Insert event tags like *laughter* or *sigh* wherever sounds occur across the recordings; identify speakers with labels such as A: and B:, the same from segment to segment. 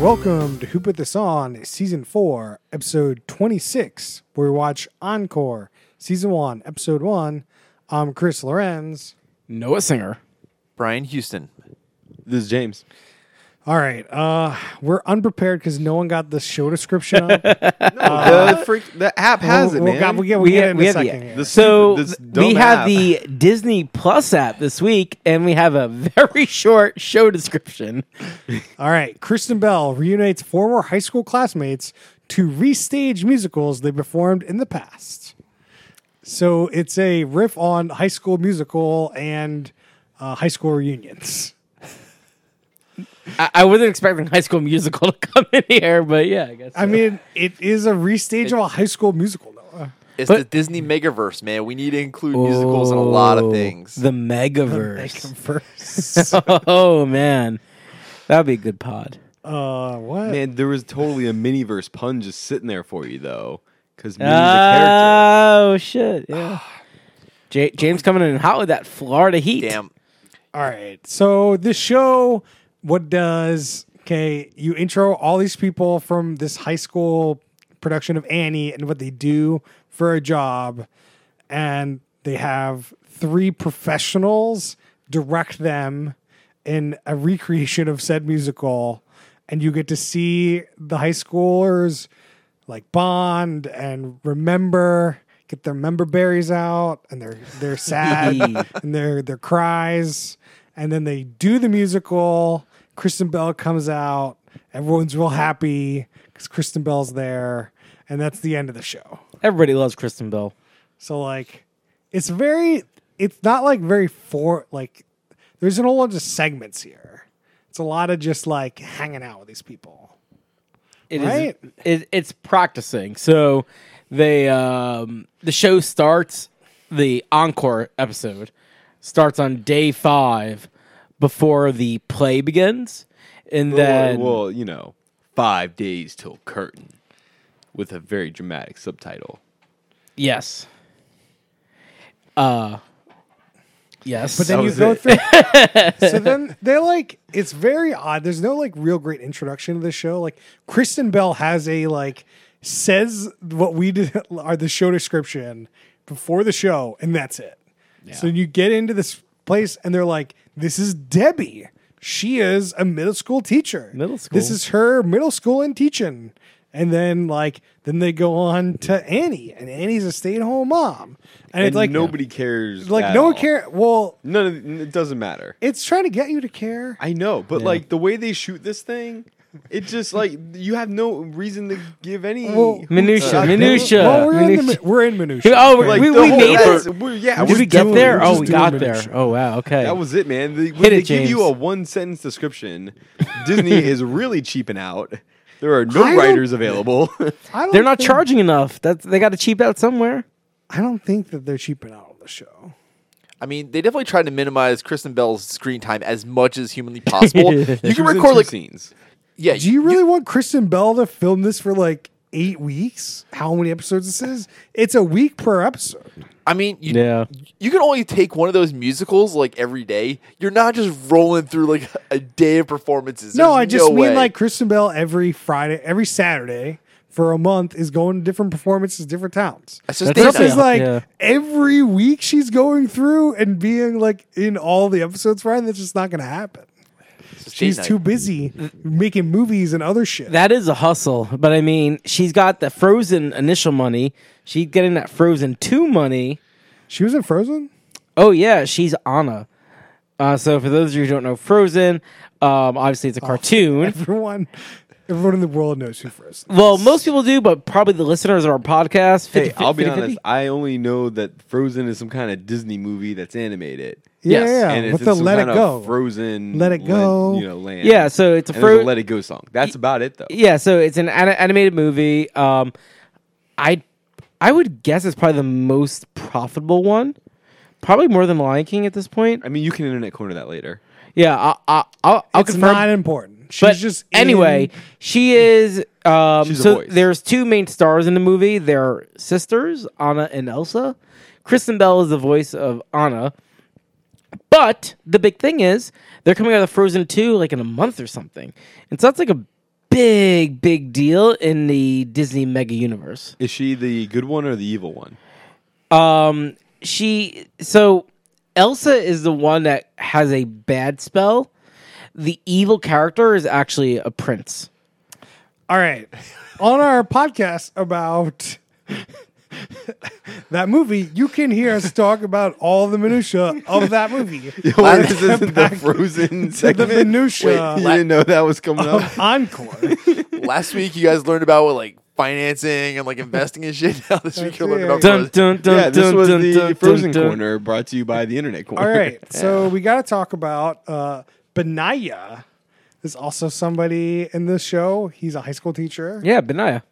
A: Welcome to Who Put This On, Season 4, Episode 26, where we watch Encore, Season 1, Episode 1. I'm Chris Lorenz.
B: Noah Singer.
C: Brian Houston.
D: This is James.
A: All right, uh, we're unprepared because no one got the show description up. We'll-
D: the freak, the app has
A: Uh,
D: it,
A: we'll,
D: man.
A: got- we'll get, we'll
B: We
A: get
B: have,
A: it in
B: we
A: a
B: have the,
A: second here.
D: This-
B: so
D: this
B: th-
D: dumb
B: we have
D: app.
B: the Disney Plus app this week, and we have a very *laughs* short show description.
A: All right, Kristen Bell reunites former high school classmates to restage musicals they performed in the past. So it's a riff on High School Musical and uh, high school reunions.
B: I, I wasn't expecting High School Musical to come in here, but yeah, I guess.
A: I mean, it is a restage of a High School Musical. Noah.
C: It's
B: But-
C: the Disney megaverse, man. We need to include musicals in a lot
A: Oh,
C: of things.
B: Oh,
A: *laughs*
B: The Megaverse.
A: First,
B: oh man, that'd be a good pod.
A: *laughs* uh, what?
D: Man, there was totally a miniverse pun just sitting there for you though, because Minnie's a
B: Oh shit, yeah. J- James coming in hot with that Florida heat.
C: Damn.
A: All right. So this show, what does okay? You intro all these people from this high school production of Annie and what they do for a job, and they have three professionals direct them in a recreation of said musical, and you get to see the high schoolers like bond and remember. Get their member berries out, and they're they're sad, and their their cries, and then they do the musical. Kristen Bell comes out. Everyone's real happy because Kristen Bell's there, and that's the end of the show.
B: Everybody loves Kristen Bell.
A: So like, it's very. It's not like very for like. There's an whole lot of segments here. It's a lot of just like hanging out with these people.
B: It is.
A: Right?
B: it, it's practicing. So they um, the show starts the encore episode starts on day five before the play begins, and
D: character.
B: then
D: Well, well, you know, five days till curtain, with a very dramatic subtitle.
B: yes, uh, yes,
A: But then
D: That
A: you
D: was
A: go
D: it.
A: through.
D: *laughs*
A: so then they're like, it's very odd. There's no like real great introduction to the show. Like Kristen Bell has a like says what we did *laughs* are the show description before the show, and that's it. So you get into this place, and they're like, "This is Debbie. She is a middle school teacher.
B: Middle
A: This
B: school.
A: is her middle school and teaching." And then like then they go on to Annie, and Annie's a stay at home mom, and,
D: And
A: it's like
D: nobody cares.
A: like
D: at
A: no one
D: all.
A: care. Well,
D: None of it doesn't matter.
A: it's trying to get you to care.
D: I know, but like the way they shoot this thing, it just like you have no reason to give any.
A: Well,
B: minutia,
D: Uh,
B: minutia,
A: Well, we're, in the,
B: minutia.
A: we're in minutia.
B: Oh, we're-
D: like
B: We-
D: the
B: we
D: whole-
B: made
D: that's-
B: it.
D: we're- Yeah,
B: Did
D: we're
B: we get
A: doing-
B: there?
A: we're
B: Oh,
A: just
B: we
A: doing
B: got
A: it.
B: there. Oh wow. Okay.
D: That was it, man. They, when they
B: it,
D: give you
B: James.
D: a one sentence description, Disney is really cheaping out. There are
A: I
D: no
A: don't-
D: writers available.
A: I don't
B: They're not
A: think-
B: charging enough. That's they got to cheap out somewhere.
A: I don't think that they're cheaping out on the show.
C: I mean, they definitely tried to minimize Kristen Bell's screen time as much as
A: *laughs*
C: humanly possible. you
D: She
C: can
D: was in
C: record
D: two
C: like
D: scenes.
C: yeah,
A: Do you really want Kristen Bell to film this for like eight weeks? How many episodes this is? It's a week per episode.
C: I mean, you,
B: Yeah.
C: you can only take one of those musicals like every day. You're not just rolling through like a day of performances.
A: No,
C: There's
A: I just mean
C: way.
A: like Kristen Bell every Friday, every Saturday for a month is going to different performances, different towns.
C: That's just
B: That's
A: This
C: data.
A: is
B: Yeah.
A: like
B: Yeah.
A: every week she's going through and being like in all the episodes, right? That's just not going to happen.
C: It's just
A: She's
C: date night.
A: too *laughs* busy making movies and other shit.
B: That is a hustle, but I mean, she's got the Frozen initial money. She's getting that Frozen two money.
A: she was in Frozen. *laughs*
B: Oh yeah, she's Anna. Uh, so for those of you who don't know Frozen, um, obviously it's a cartoon.
A: *laughs* Everyone, everyone in the world knows who Frozen. is.
B: Well, most people do, but probably the listeners of our podcast. 50,
D: Hey, I'll be
B: 50,
D: honest. I only know that Frozen is some kind of Disney movie that's animated.
A: Yeah,
B: yes,
A: yeah,
D: and
A: yeah.
D: it's
A: with
D: in
A: the
D: some
A: Let It
D: kind of
A: Go.
D: Frozen.
A: Let It
D: land-
A: Go.
D: you know, land.
B: Yeah, so it's a
D: And there's
B: Fro-
D: Let It Go song. That's about it, though.
B: Yeah, so it's an an- animated movie. Um, I I would guess it's probably the most profitable one. Probably more than Lion King at this point.
D: I mean, you can internet corner that later.
B: Yeah, I, I, I'll, I'll
A: it's
B: confirm.
A: not important. She's
B: but
A: just in-
B: anyway, she is. Um,
D: She's a
B: so
D: voice.
B: there's two main stars in the movie. They're sisters, Anna and Elsa. Kristen Bell is the voice of Anna. But the big thing is they're coming out of Frozen Two like in a month or something, and so that's like a big, big deal in the Disney mega universe.
D: Is she the good one or the evil one?
B: Um, she so Elsa is the one that has a bad spell. The evil character is actually a prince.
A: All right. *laughs* On our podcast about *laughs* that movie, you can hear us talk about all the minutia of that
D: *laughs*
A: movie.
D: Why this isn't the Frozen
A: the
D: segment?
A: minutia Oh.
D: you didn't know that was coming up.
A: of Encore.
C: Last week you guys learned about what like financing and like investing and shit. *laughs* Now this week you're learning about
A: That's
B: Dun, dun,
C: Frozen.
B: dun,
D: Yeah, this
B: dun,
D: was
B: dun,
D: the
B: dun,
D: Frozen
B: dun, dun.
D: corner brought to you by the Internet corner.
A: All
B: *laughs*
A: right. So we got to talk about uh, Benaya. Is also somebody in this show. He's a high school teacher.
B: Yeah, Benaya.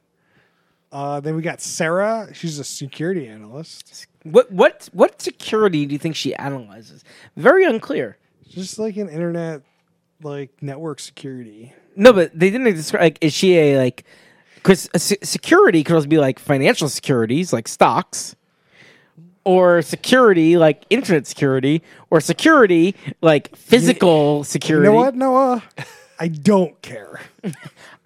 A: Uh, then we got Sarah. She's a security analyst.
B: What what what security do you think she analyzes? Very unclear.
A: Just like an internet, like network security.
B: No, but they didn't describe. Like, is she a like? Because security could also be like financial securities, like stocks, or security like internet security, or security like physical
A: You
B: security.
A: know what,
B: *laughs*
A: Noah? I don't care.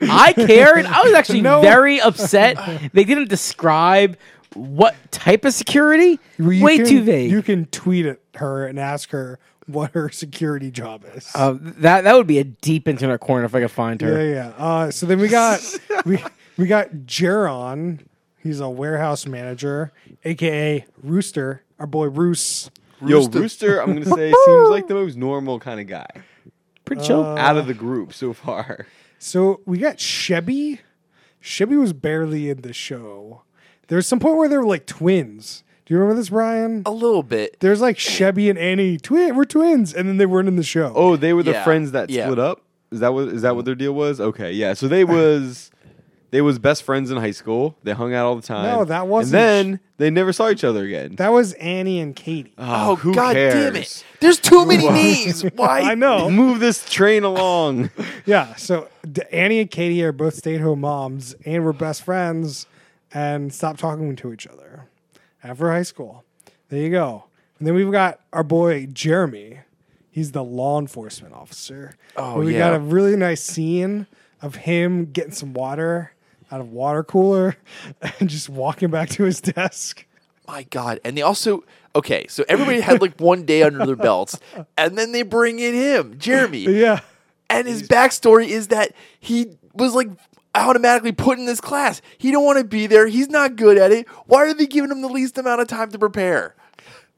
B: I cared. I
A: *laughs*
B: was actually
A: No.
B: very upset. They didn't describe what type of security.
A: Well, you
B: Way
A: can-
B: too vague.
A: You can tweet at her and ask her what her security job is.
B: Uh, that that would be a deep internet corner if I could find
A: yeah,
B: her.
A: yeah. Uh, so then we got we we got Jaron. He's a warehouse manager, aka Rooster. Our boy Roos.
D: *laughs* Yo,
C: Rooster.
D: Rooster, I'm gonna *laughs* say seems like the most normal kind of guy
B: Pretty chill.
D: out of the group so far.
A: So we got Shebby. Shebby was barely in the show. There's some point where they were like twins. Do you remember this, Brian?
C: A little bit.
A: There's like Shebby and Annie. Twin, we're twins, and then they weren't in the show.
D: *laughs* Oh, they were the
C: Yeah,
D: friends that
C: yeah.
D: split up. Is that what is that what their deal was? Okay, yeah. So *laughs* they was they was best friends in high school. They hung out all the time.
A: No, that wasn't-
D: And then they never saw each other again.
A: that was Annie and Katie.
C: Oh,
D: who
C: god damn
D: cares?
C: it. There's too many names. *laughs* Why?
A: I know.
D: Move this *laughs* train along.
A: Yeah, so D- Annie and Katie are both stay-at-home moms, and we're best friends, and stop talking to each other after high school. There you go. And then we've got our boy Jeremy. He's the law enforcement officer.
C: Oh,
A: we
C: yeah.
A: got a really nice scene of him getting some water out of water cooler *laughs* and just walking back to his desk.
C: My God. And they also okay, so everybody had like one day under their
A: *laughs*
C: belts, and then they bring in him, Jeremy.
A: Yeah.
C: And his backstory is that he was like automatically put in this class. He don't want to be there. He's not good at it. Why are they giving him the least amount of time to prepare?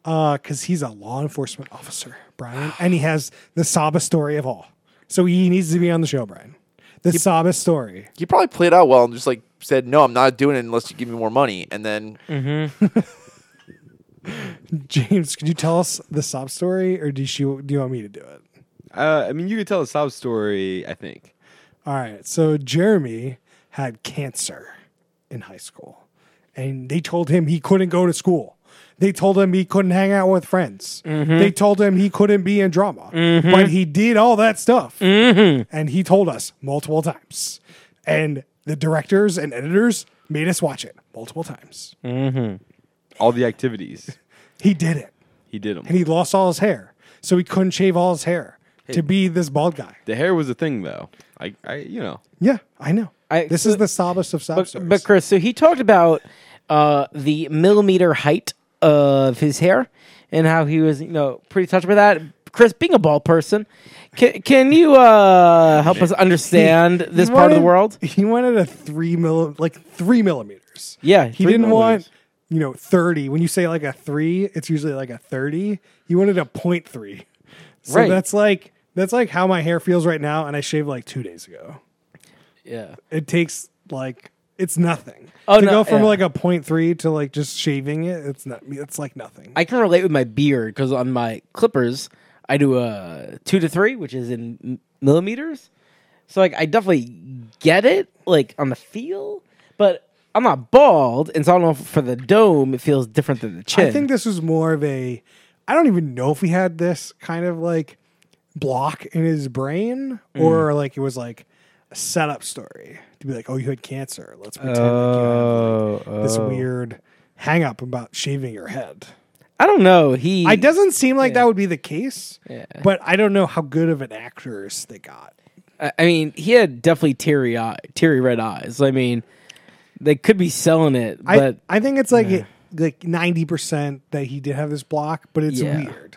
A: because Uh, he's a law enforcement officer, Brian, and he has the Saba story of all. So he needs to be on the show, Brian. The Saba story. *laughs*
C: He probably played out well and just like said, "No, I'm not doing it unless you give me more money." And then
A: James, could you tell us the Saba story, or do you do you want me to do it?
D: Uh, I mean, you could tell a sob story. I think.
A: All right. So Jeremy had cancer in high school, and they told him he couldn't go to school. They told him he couldn't hang out with friends.
B: Mm-hmm.
A: They told him he couldn't be in drama. But he did all that stuff.
B: Mm-hmm.
A: And he told us multiple times. And the directors and editors made us watch it multiple times.
D: All the activities
A: He did it.
D: he did them.
A: And he lost all his hair. So he couldn't shave all his hair to be this bald guy.
D: the hair was a thing though. I, I you know.
A: Yeah, I know.
B: I-
A: this is the sobbest of sob stories.
B: But Chris, so he talked about uh, the millimeter height of his hair and how he was, you know, pretty touched by that. Chris, being a bald person, can, can you uh, help us understand this
A: He
B: part of the
A: wanted-
B: world?
A: *laughs* He wanted a three mill, like three millimeters.
B: Yeah,
A: he
B: three
A: didn't
D: millimeters.
A: want you know thirty. When you say like a three, it's usually like a thirty. He wanted a point three. So
B: Right.
A: that's like that's like how my hair feels right now, and I shaved like two days ago.
B: Yeah.
A: It takes like it's nothing.
B: Oh,
A: to
B: no,
A: go from
B: yeah.
A: like a point three to like just shaving it, it's not. It's like nothing.
B: I can relate with my beard because on my clippers, I do a two to three, which is in m- millimeters. So like, I definitely get it, like on the feel, but I'm not bald, and so I don't know if for the dome it feels different than the chin.
A: I think this was more of a. I don't even know if he had this kind of like block in his brain
B: Mm.
A: or like it was like a setup story to be like, oh, you had cancer. Let's pretend like you have like,
B: Oh.
A: this weird hang up about shaving your head.
B: I don't know. He
A: It doesn't seem like that would be the case,
B: Yeah.
A: but I don't know how good of an actors they got.
B: I- I mean, he had definitely teary eye, teary red eyes. I mean, they could be selling it,
A: I,
B: but
A: I think it's like like ninety percent that he did have this block, but it's
B: Yeah.
A: weird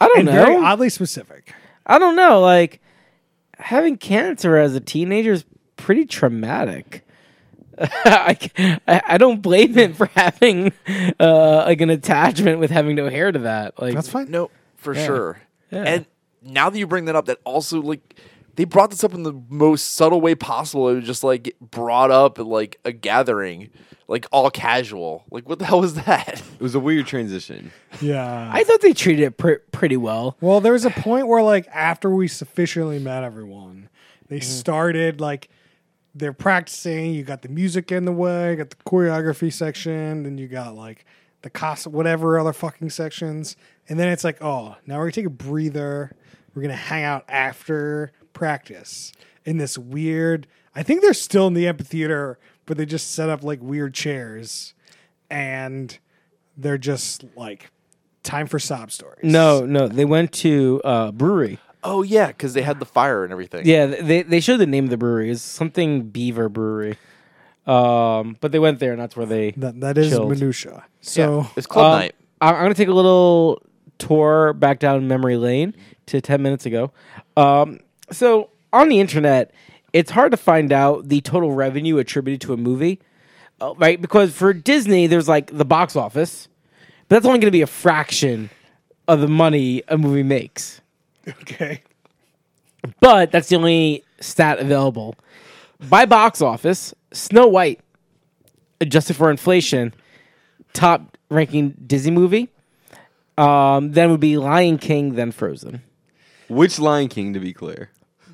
B: I don't
A: and very
B: know.
A: oddly specific.
B: I don't know. Like having cancer as a teenager is pretty traumatic. *laughs* I, I I don't blame him for having uh, like an attachment with having no hair to that. Like
A: That's fine.
C: No, for sure.
B: Yeah.
C: And now that you bring that up, that also like they brought this up in the most subtle way possible. It was just like brought up at like a gathering, like all casual. Like what the *laughs* hell was that?
D: It was a weird transition.
A: Yeah.
B: I thought they treated it pr- pretty well.
A: well, there was a point where like after we sufficiently met everyone, they started like they're practicing. You got the music in the way, you got the choreography section, then you got like the cost whatever other fucking sections, and then it's like, oh, now we're gonna take a breather. We're gonna hang out after practice in this weird. I think they're still in the amphitheater, but they just set up like weird chairs, and they're just like time for sob stories.
B: No, no, they went to uh, brewery.
C: Oh yeah, because they had the fire and everything.
B: Yeah, th- they they showed the name of the brewery. It's something Beaver Brewery. Um, but they went there, and that's where they.
A: that that is
B: Chilled.
A: minutia.
C: Yeah.
D: *laughs*
A: So
C: it's club
B: Um,
C: night.
B: I- I'm gonna take a little tour back down memory lane to 10 minutes ago. Um, so on the internet, it's hard to find out the total revenue attributed to a movie, uh, right? Because for Disney, there's like the box office, but that's only gonna be a fraction of the money a movie makes.
A: okay,
B: but that's the only stat available. By box office, Snow White, adjusted for inflation, top ranking Disney movie. Um, then would be Lion King, then Frozen.
D: Which Lion King, to be clear?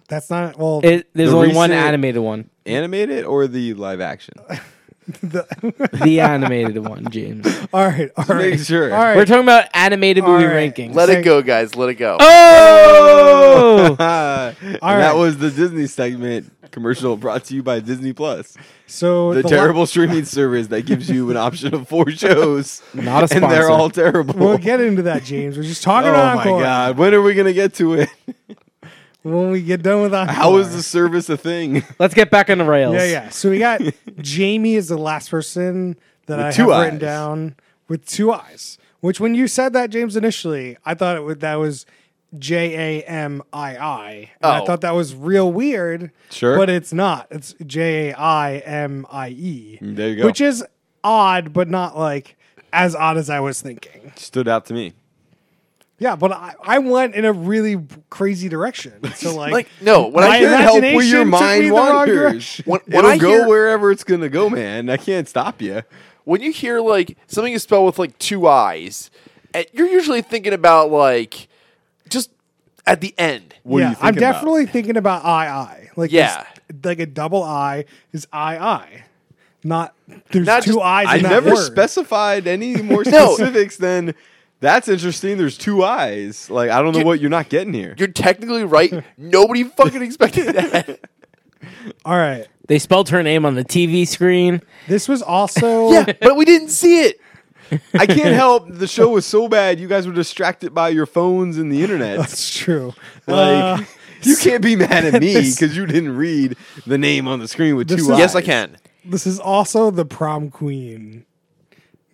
A: that's not well. *laughs*
B: It, there's
D: The
B: only one
D: recent-
B: animated one,
D: Animated or the
A: *laughs*
D: live action? *laughs*
B: the animated one, James.
A: all right, all right,
D: Make sure.
A: all right.
B: We're talking about animated movie
A: right.
B: rankings.
C: Let
A: say-
C: it go, guys. Let it go.
A: *laughs*
B: oh,
D: Ah, and
A: All
D: That
A: right.
D: was the Disney segment commercial brought to you by Disney Plus,
A: so
D: the,
A: li-
D: terrible streaming service that gives you an option
A: *laughs*
D: of four shows.
B: Not a
D: And
B: sponsor.
D: they're all terrible.
A: We'll get into that, James. We're just talking
D: *laughs* oh
A: about
D: my
A: Encore
D: god! When are we gonna get
A: *laughs*
D: to it?
A: when we get done with Encore.
D: How is the service a thing? *laughs*
B: let's get back on the rails.
A: Yeah, yeah. So we got Jamie is the last person that I
D: two
A: have written
D: eyes.
A: down with two eyes. Which, when you said that, James, initially, I thought it would, that was J A M I I, and I
C: Oh.
A: thought that was real weird.
D: Sure.
A: but it's not. It's J A I M I E.
D: There you go.
A: Which is odd, but not like as odd as I was thinking.
D: Stood out to me.
A: Yeah, but I, I went in a really crazy direction.
D: *laughs*
A: So like,
C: Like no, when
A: My
C: I hear
A: imagine-
D: help where
A: Imagination took
D: your
A: me the
D: mind
A: wrong
D: wanders.
A: direction.
C: When- when
D: It'll
C: I
D: go
C: hear-
D: wherever it's gonna go, man. I can't stop you.
C: when you hear like something is spelled with like two eyes, and you're usually thinking about like just at the end.
D: What
A: yeah,
D: are
A: I'm
D: you thinking about?
A: definitely thinking about I I. Like
C: Yeah.
A: it's- like a double I is I I. Not there's
C: Not
A: two
C: just-
A: eyes.
D: I
A: in that
D: never
A: word.
D: specified any more
C: No.
D: specifics than that's interesting. There's two eyes. Like I don't know
C: You-
D: what you're not getting here.
C: You're technically *laughs* right. Nobody fucking expected that.
A: All right.
B: They spelled her name on the TV screen.
A: This was
D: *laughs*
A: also *laughs*
C: yeah, but we didn't see it.
D: I can't help. The show was so bad. You guys were distracted by your phones and
A: *laughs*
D: the internet.
A: that's true.
D: Like
A: Uh,
D: you can't be mad at me because you didn't read the name on the screen with two
A: This
D: eyes.
A: is-
C: Yes, I can.
A: this is also the prom queen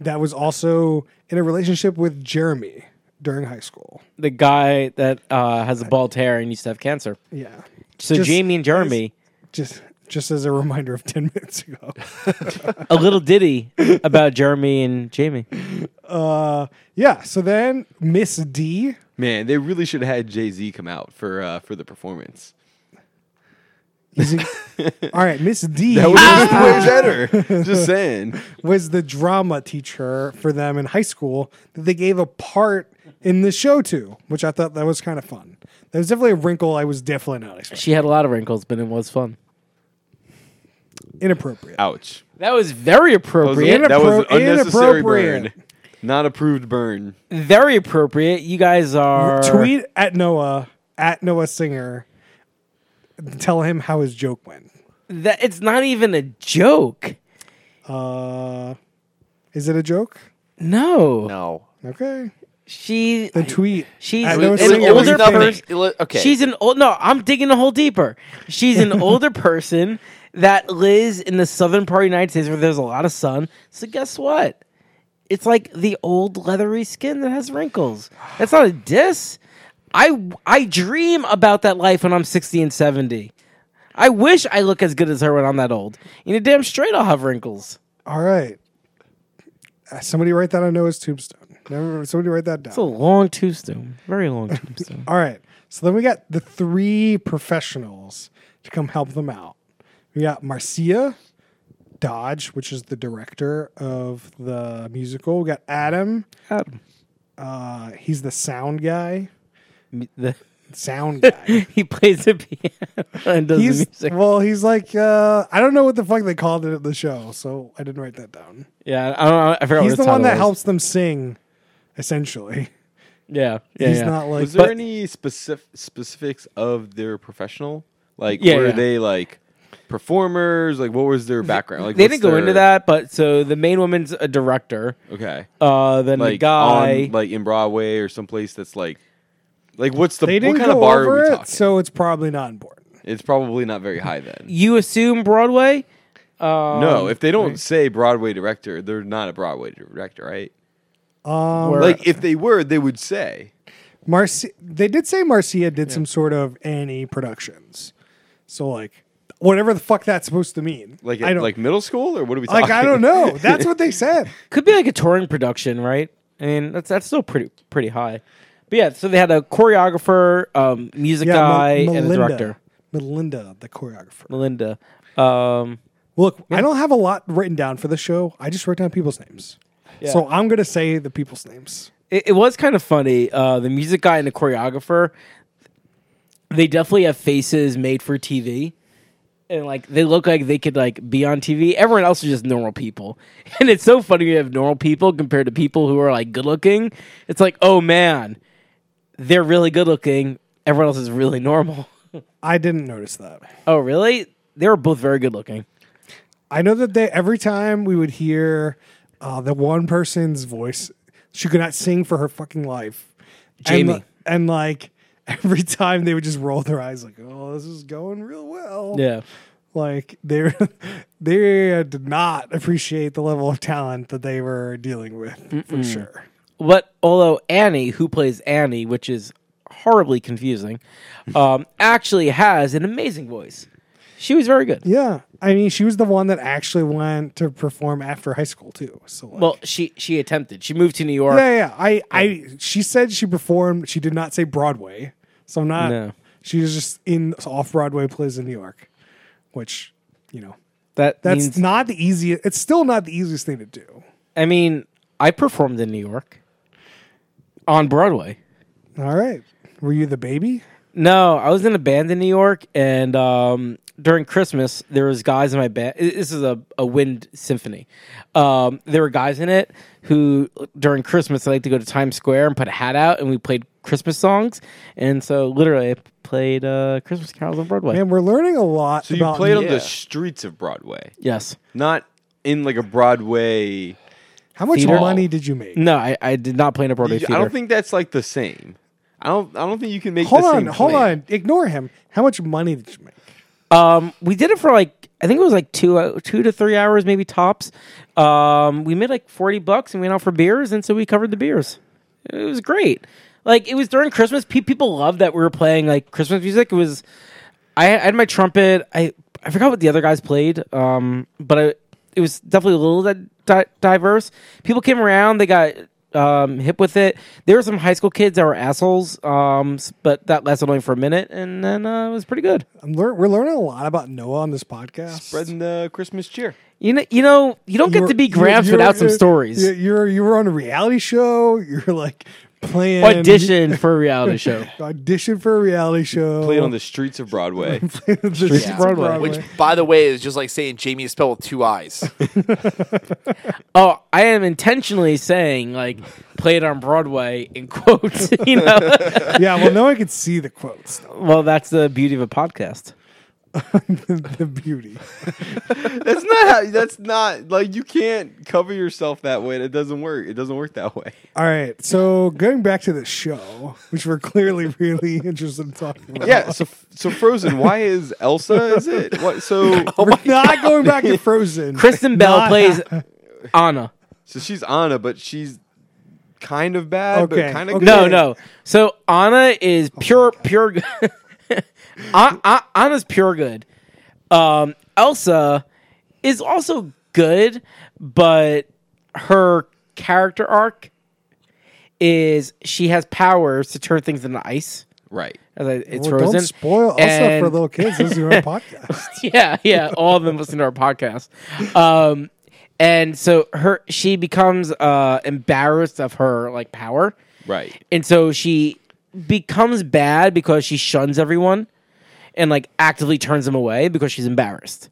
A: that was also in a relationship with Jeremy during high school.
B: The guy that uh, has a bald hair and used to have cancer.
A: Yeah.
B: So
A: Just-
B: Jamie and Jeremy.
A: Just just as a reminder of *laughs* ten minutes ago.
B: a little ditty about Jeremy and Jamie.
A: Uh yeah, so then Miss D
D: Man, they really should have had Jay Z come out for uh, for the performance.
A: is
D: *laughs*
A: a- All right, Miss D
D: That would have been way better. Just saying.
A: was the drama teacher for them in high school that they gave a part in the show to, which I thought that was kind of fun. That was definitely a wrinkle I was definitely not expecting.
B: She had a lot of wrinkles, but it was fun.
A: Inappropriate.
D: Ouch.
B: That was very
D: That was,
B: appropriate.
D: that was an
A: Inappro-
D: unnecessary burn.
A: inappropriate.
D: Not approved burn.
B: very appropriate. You guys are
A: Tweet at Noah at Noah Singer. Tell him how his joke went.
B: that it's not even a joke.
A: Uh, is it a joke?
B: No.
C: No.
A: Okay.
B: she
A: The tweet.
B: She's
A: I
B: an
A: know a
B: older
A: singer who's
C: Nothing.
A: famous.
B: person.
C: It li- okay.
B: She's an old. No, I'm digging a hole deeper. She's an older person that lives in the southern part of the United States where there's a lot of sun. So guess what? It's like the old leathery skin that has wrinkles. That's not a diss. I I dream about that life when I'm 60 and 70. I wish I look as good as her when I'm that old. You know, damn straight I'll have wrinkles.
A: All right. Uh, Somebody write that on Noah's tombstone. Never, somebody write that down.
B: It's a long tombstone, very long tombstone.
A: All right. So then we got the three professionals to come help them out. We got Marcia Dodge, which is the director of the musical. We got *laughs* Adam.
B: Adam.
A: Uh, he's the sound guy.
B: The-
D: *laughs*
A: Sound guy.
B: *laughs* he plays the piano and does the
A: he's
B: music.
A: well. He's like uh, I don't know what the fuck they called it at the show, so I didn't write that down.
B: Yeah, I don't. I forgot.
D: Oh,
A: He's
B: what
A: the one
B: title
A: that
B: was.
A: helps them sing, essentially.
B: Yeah, yeah,
A: he's
B: yeah.
A: not like
D: Was there
B: But-
D: any specific specifics of their professional? Like,
B: Yeah,
D: were
B: yeah.
D: they like performers? Like, what was their background? Like,
B: they
D: what's
B: didn't go
D: their-
B: into that, but so the main woman's a director.
D: Okay,
B: Uh, then
D: like
B: the guy.
D: on, like in Broadway or someplace that's like, like what's the
A: they
D: what
A: didn't
D: kind
A: go
D: of bar
A: over
D: are we
A: it,
D: talking?
A: so it's probably not important.
D: it's probably not very
A: *laughs*
D: high then.
B: you assume Broadway. Um,
D: no, if they don't say Broadway director, they're not a Broadway director, right?
A: Um,
B: where-
D: Like, if they were, they would say.
A: Marci- they did say Marcia did some sort of Annie productions. So like whatever the fuck that's supposed to mean.
D: Like
A: I
D: at,
A: don't
D: like middle school or what are we talking?
A: like I don't know.
D: *laughs*
A: That's what they said.
B: could be like a touring production, right? I mean, that's that's still pretty pretty high. But yeah, so they had a choreographer, um, music
A: Yeah, Mel-
B: guy, and a
A: Melinda,
B: director,
A: Melinda, the choreographer.
B: Melinda. Um,
A: Look, I don't have a lot written down for the show. I just wrote down people's names. So I'm gonna say the people's names.
B: it, it was kind of funny. Uh, the music guy and the choreographer, they definitely have faces made for TV, and like they look like they could like be on TV. Everyone else is just normal people, *laughs* and it's so funny you have normal people compared to people who are like good looking. It's like, oh man, they're really good looking. Everyone else is really *laughs* normal.
A: I didn't notice that.
B: Oh really? They were both very good looking.
A: I know that they every time we would hear uh, the one person's voice, she could not sing for her fucking life.
B: Jamie.
A: and, li- and like *laughs* every time they would just roll their eyes, like, "Oh, this is going real well."
B: Yeah.
A: like they *laughs* they did not appreciate the level of talent that they were dealing with for sure.
B: But although Annie, who plays Annie, which is
A: *laughs*
B: horribly confusing, um, actually has an amazing voice. She was very good.
A: Yeah, I mean, she was the one that actually went to perform after high school too. So like,
B: Well, she she attempted. She moved to New York.
A: Yeah, yeah. I, I, she said she performed. She did not say Broadway, so I'm not.
B: No.
A: She was just in off Broadway plays in New York, which, you know,
B: That
A: that's
B: means,
A: not the easiest. It's still not the easiest thing to do.
B: I mean, I performed in New York on Broadway.
A: All right. Were you the baby?
B: No, I was in a band in New York, and um, during Christmas, there was guys in my band. i- This is a, a wind symphony. Um, there were guys in it who, during Christmas, I like to go to Times Square and put a hat out, and we played Christmas songs. And so, literally, I played uh, Christmas carols on Broadway.
A: Man, we're learning a lot.
D: So you
A: about
D: played on
C: Yeah.
D: the streets of Broadway,
B: Yes.
D: not in like a Broadway.
A: how much
B: theater.
A: money did you
D: Mm,
A: make?
B: No, I, I did not play in a Broadway
D: You- I
B: theater.
D: don't think that's like the same. I don't. I don't think you can make.
A: Hold
D: the
A: on,
D: same
A: hold
D: claim.
A: on. Ignore him. How much money did you make?
B: Um, we did it for like I think it was like two uh, two to three hours, maybe tops. Um, we made like forty bucks and went out for beers, and so we covered the beers. It was great. Like it was during Christmas. Pe- people loved that we were playing like Christmas music. It was. I, I had my trumpet. I I forgot what the other guys played. Um, but I, it was definitely a little that di- diverse. People came around. They got um hip with it. There were some high school kids that were assholes. Um, s- but that lasted only for a minute, and then uh, it was pretty good.
A: I'm lear- we're learning a lot about Noah on this podcast.
D: Spreading the Christmas cheer.
B: You know, you know, you don't get
A: You're-
B: to be
A: you're-
B: Gramps
A: you're-
B: without some
A: you're-
B: stories.
A: You're, you're you were on a reality show. You're like playing
B: Audition for a
A: *laughs*
B: reality show.
A: audition for a reality show.
D: Played on the streets of Broadway.
A: Played on *laughs* the streets of
B: Broadway.
C: Which, by the way, is just like saying Jamie is spelled with
A: *laughs*
C: two eyes.
B: Oh, I am intentionally saying like played on Broadway in quotes. *laughs* You know,
A: yeah, well, no one could see the quotes. though. *laughs*
B: well, that's the beauty of a podcast.
A: the, the beauty.
D: That's not how. That's not like you can't cover yourself that way. It doesn't work. It doesn't work that way.
A: All right, so going back to the show, which we're clearly really interested in talking about.
D: Yeah. So so Frozen. Why is Elsa? Is it? What, so
A: we're not going back to Frozen.
B: Kristen Bell
A: Not- *laughs*
B: plays Anna.
D: so she's Anna, but she's kind of bad,
A: Okay,
D: but kind of
A: okay.
B: No,
A: Yeah.
B: no. So Anna is
A: Oh
B: pure, pure. *laughs* good. An- An- Anna's pure good. Um, Elsa is also good, but her character arc is she has powers to turn things into ice.
D: right.
B: As I, it's
A: Well,
B: frozen.
A: Don't spoil Elsa
B: And-
A: for little kids. This is your own podcast.
B: *laughs* yeah, yeah. All of them listen to our podcast. Um, and so her, she becomes uh, embarrassed of her like power,
D: Right.
B: and so she becomes bad because she shuns everyone and like actively turns them away because she's embarrassed.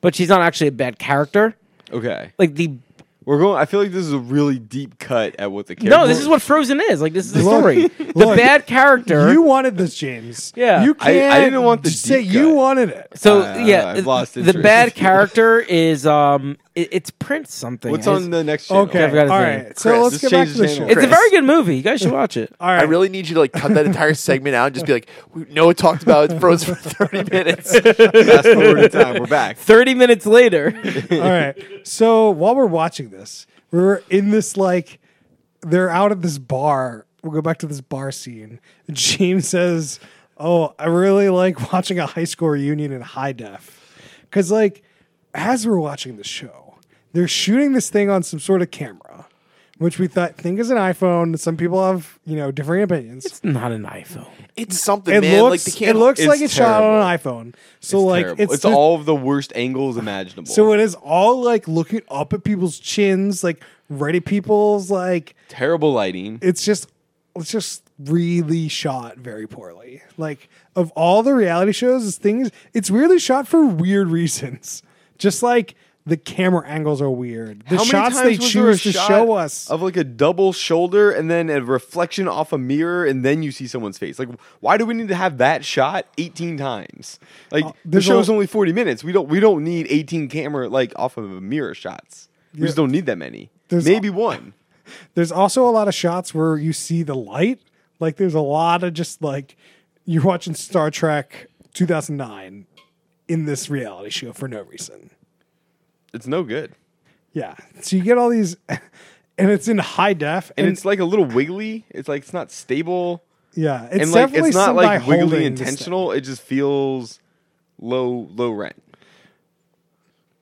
B: But she's not actually a bad character.
D: Okay.
B: Like the
D: We're going. I feel like this is a really deep cut at what the character.
B: no, this is what Frozen is. Like this is the
A: Look,
B: story. the
A: look,
B: bad character.
A: You wanted this, James.
B: Yeah.
A: you
D: I- I
A: can't.
D: didn't want the
A: just say
D: deep
A: you
D: cut.
A: wanted it.
B: so
D: Uh,
B: yeah,
D: I've lost
B: the
D: interest. *laughs*
B: bad character is um, it, it's Prince something.
D: What's
B: I-
D: on the next channel?
A: Okay,
B: forgot
A: all
B: his name.
A: right. So
D: Chris,
A: let's
D: just
A: get back
D: change
A: to
D: the
A: the show.
D: channel.
B: It's a
D: Chris.
B: very good movie. You guys should watch it.
A: All right.
C: I really need you to like cut that entire segment out and just be like, we, Noah talked about Frozen for *laughs* 30 minutes.
D: Fast forward in time. We're back.
B: Thirty minutes later,
A: All right. So while we're watching this, we're in this like they're out at this bar. We'll go back to this bar scene. James *laughs* says, "Oh, I really like watching a high school reunion in high def, because like as we're watching the show, they're shooting this thing on some sort of camera." Which we thought think is an iPhone. Some people have you know differing opinions.
B: it's not an iPhone.
C: It's something,
A: it
C: man.
A: looks
C: like the
A: it looks
D: it's
A: like it's shot
D: terrible.
A: on an iPhone. So like
D: terrible. It's,
A: the-
D: all of the worst angles imaginable.
A: So it is all like looking up at people's chins, like right at people's like
D: terrible lighting.
A: it's just it's just really shot very poorly. Like of all the reality shows, this thing is it's weirdly shot for weird reasons. *laughs* Just like the camera angles are weird. The
D: How many
A: shots
D: times
A: they
D: was there a
A: choose to
D: shot
A: show us.
D: of like a double shoulder and then a reflection off a mirror and then you see someone's face. Like, why do we need to have that shot eighteen times? Like, the
A: Uh, there's
D: show's
A: al-
D: only forty minutes. We don't we don't need eighteen camera like off of a mirror shots. We just don't need that many.
A: There's-
D: Maybe one.
A: There's also a lot of shots where you see the light. Like there's a lot of just like you're watching Star Trek 2009 in this reality show for no reason.
D: It's no good.
A: Yeah. So you get all these, *laughs* and it's in high def, and,
D: And, it's like a little wiggly. It's like it's not stable.
A: yeah, it's
D: and like
A: definitely
D: it's not like
A: somebody
D: wiggly
A: holding this
D: intentional. It just feels low low rent.
A: thing.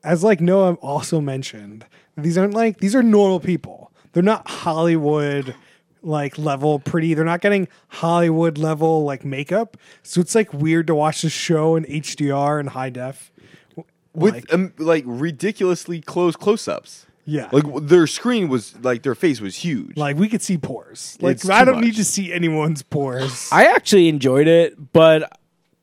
A: As like Noah also mentioned, these aren't like these are normal people. They're not Hollywood like level pretty. They're not getting Hollywood level like makeup. So it's like weird to watch the show in HDR and high def.
D: with
A: Like-
D: like, um, like ridiculously close close-ups.
A: Yeah.
D: like w- their screen was like their face was huge.
A: Like we could see pores. Like
D: It's
A: I
D: too
A: don't need
D: much.
A: to see anyone's
D: *sighs*
A: pores.
B: I actually enjoyed it, but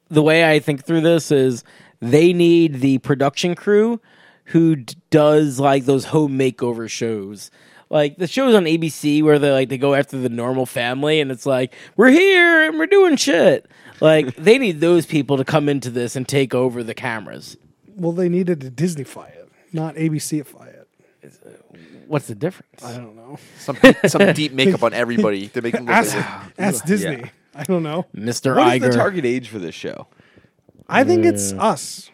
B: the way I think through this is they need the production crew who d- does like those home makeover shows. Like the shows on ABC where they like they go after the normal family and it's like we're here and we're doing shit.
D: *laughs*
B: Like they need those people to come into this and take over the cameras.
A: well, they needed to Disneyfy it, not ABCify it.
B: What's the difference?
A: I don't know.
C: *laughs* some, some deep makeup on everybody to make them look
A: Ask,
C: like
A: ask Disney.
D: Yeah.
A: I don't know.
B: Mr.
D: what is
B: Iger.
D: the target age for this show?
A: I think it's us.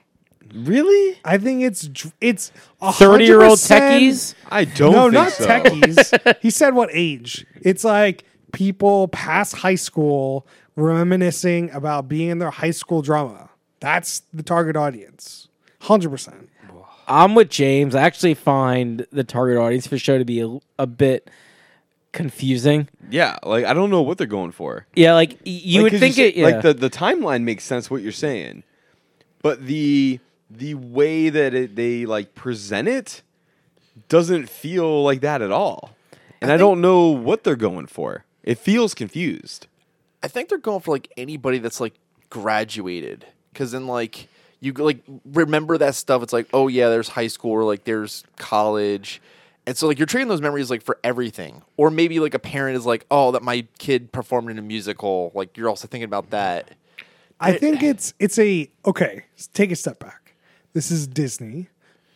D: Really?
A: I think it's dr- it's a
B: 30 year old
A: 100%
B: techies?
D: I don't.
A: No,
D: think
A: not
D: so. *laughs*
A: techies. he said what age? It's like people past high school reminiscing about being in their high school drama. That's the target audience. 100%.
B: I'm with James. I actually find the target audience for the show to be a, a bit confusing.
D: Yeah, like I don't know what they're going for.
B: Yeah, like y- you
D: Like,
B: would
D: 'cause
B: think
D: say-
B: it. Yeah.
D: Like the the timeline makes sense what you're saying, but the the way that it, they like present it doesn't feel like that at all. And I don't know what they're going for. It feels confused.
C: I think they're going for like anybody that's like graduated, because then like you like remember that stuff. It's like oh yeah, there's high school or like there's college, and so like you're trading those memories like for everything. Or maybe like a parent is like oh that my kid performed in a musical. Like you're also thinking about that.
A: I think it's it's a okay. s- Take a step back. This is Disney.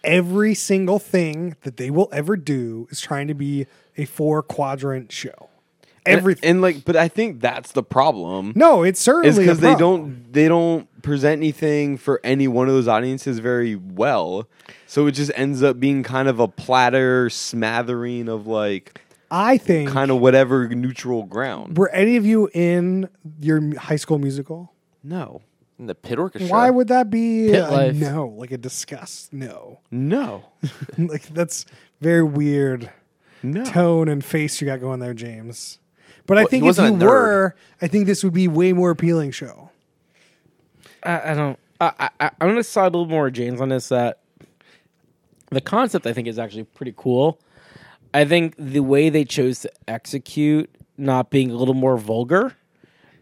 A: Every single thing that they will ever do is trying to be a four quadrant show. Everything.
D: And, and like, but I think that's the problem.
A: no, it's certainly
D: is because
A: a
D: they
A: problem.
D: don't they don't present anything for any one of those audiences very well. So it just ends up being kind of a platter smattering of like
A: I think.
D: kind of whatever neutral ground.
A: Were any of you in your m- high school musical?
D: No,
C: in the pit orchestra.
A: Why would that be
B: Pit
A: a
B: life.
A: no? Like a disgust? No. *laughs*
D: no,
A: like that's very weird *laughs*
D: no.
A: tone and face you got going there, James. But I
C: Well, he
A: think if
C: wasn't
A: you
C: a nerd.
A: were, I think this would be way more appealing show.
B: I, I don't. I, I- I, I'm going to side a little more with James on this. That the concept I think is actually pretty cool. I think the way they chose to execute, not being a little more vulgar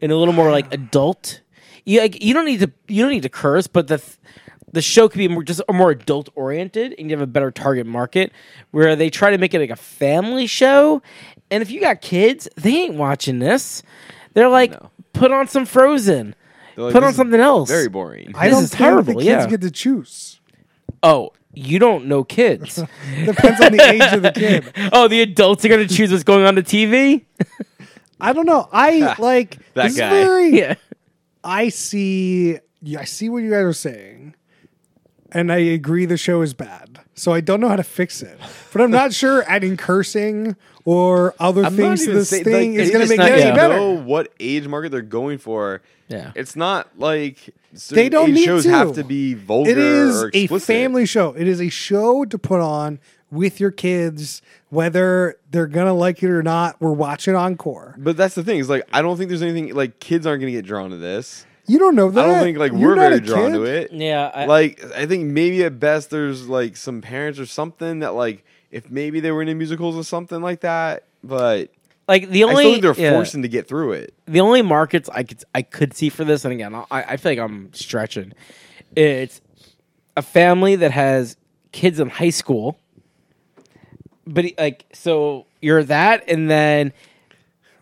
B: and a little more like adult. You like you don't need to you don't need to curse, but the th- the show could be more just more adult oriented, and you have a better target market. Where they try to make it like a family show, and if you got kids, they ain't watching this. They're like, put on some Frozen,
D: They're like,
B: put
D: "This
B: on
D: is
B: something else.
D: Very boring.
A: I
B: This
A: don't
B: is
A: think
B: terrible,
A: the kids
B: yeah.
A: get to choose.
B: Oh, you don't know kids. *laughs*
A: Depends on the age of the kid.
B: oh, the adults are going to choose what's going on the TV?
A: I don't know.
C: *laughs*
A: I like
D: That
A: this is
D: guy.
A: very-
B: *laughs* Yeah.
A: I see. Yeah, I see what you guys are saying, and I agree the show is bad. So I don't know how to fix it, but I'm not *laughs* sure adding cursing or other
D: I'm
A: things
D: not
A: to
D: even
A: this
D: saying-
A: thing
D: like,
A: is
D: they
A: going to
D: just
A: make it
D: not
A: any
D: even
A: better.
D: Know what age market they're going for?
B: Yeah.
D: It's not like
A: They
D: certain
A: don't
D: age
A: need
D: shows
A: to.
D: have to be vulgar.
A: It is
D: or
A: a
D: explicit.
A: family show. It is a show to put on with your kids, whether they're gonna like it or not. We're watching Encore.
D: But that's the thing. Is like I don't think there's anything like kids aren't going to get drawn to this.
A: You don't know that.
D: I don't think like
A: Eh, You're
D: we're
A: not
D: very
A: a
D: drawn
A: kid.
D: to it.
B: Yeah, I-
D: like I think maybe at best there's like some parents or something that like if maybe they were into musicals or something like that, but
B: Like the only
D: I still think they're
B: yeah,
D: forcing to get through it.
B: the only markets I could I could see for this, and again, I, I feel like I'm stretching. It's a family that has kids in high school, but like so you're that, and then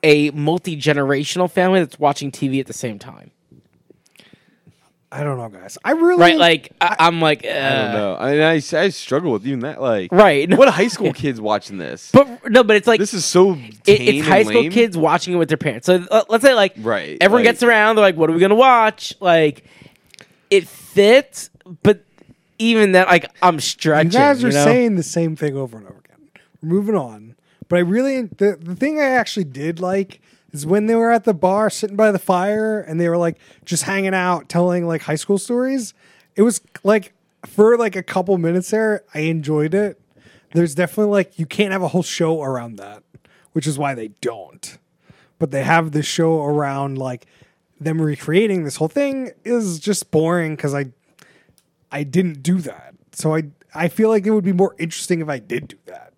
B: a multi generational family that's watching TV at the same time,
A: I don't know, guys. I really
B: right? Like I, I'm like, uh,
D: I don't know. I mean, I, I struggle with even that. Like,
B: right? *laughs*
D: What high school kids watching this?
B: But no, but it's like
D: this is so
B: it,
D: tame
B: it's high
D: and
B: school
D: lame.
B: kids watching it with their parents. So uh, let's say like
D: Right,
B: everyone
D: like-
B: gets around. They're like, "What are we gonna watch?" Like it fits, but even that, like I'm
A: you
B: stretching.
A: guys are
B: know?
A: saying the same thing over and over again. We're moving on, but I really the the thing I actually did like. Is when they were at the bar sitting by the fire and they were like just hanging out telling like high school stories. It was like for like a couple minutes there, I enjoyed it. There's definitely like you can't have a whole show around that, which is why they don't. But they have this show around like them recreating this whole thing is just boring because I I didn't do that. So I I feel like it would be more interesting if I did do that.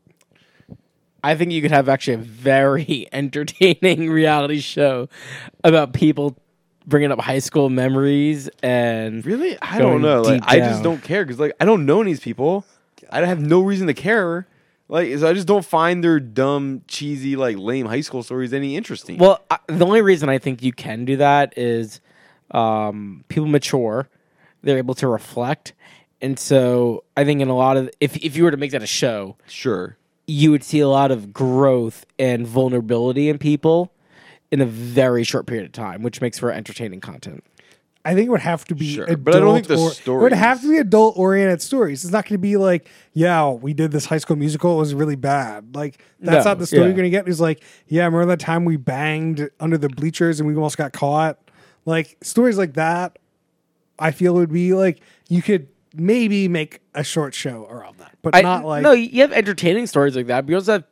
B: I think you could have actually a very *laughs* entertaining *laughs* reality show about people bringing up high school memories and
D: Really, I
B: Going
D: don't know. Like,
B: deep
D: I
B: down.
D: just don't care because like I don't know these people. I have no reason to care. Like, so I just don't find their dumb, cheesy, like lame high school stories any interesting.
B: Well, I, the only reason I think you can do that is um, people mature; they're able to reflect, and so I think in a lot of if if you were to make that a show,
D: sure.
B: you would see a lot of growth and vulnerability in people in a very short period of time, which makes for entertaining content.
A: I think it would have to be
D: Sure,
A: adult
D: but I don't think the
A: or,
D: stories-
A: It would have to be adult oriented stories. It's not going to be like, yeah, we did this high school musical. It was really bad. Like that's
B: No,
A: not the story
B: yeah.
A: you're going to get. Is like, yeah, remember that time we banged under the bleachers and we almost got caught. Like stories like that, I feel would be like you could maybe make a short show around that, but
B: I-
A: not like
B: no, you have entertaining stories like that, but you also have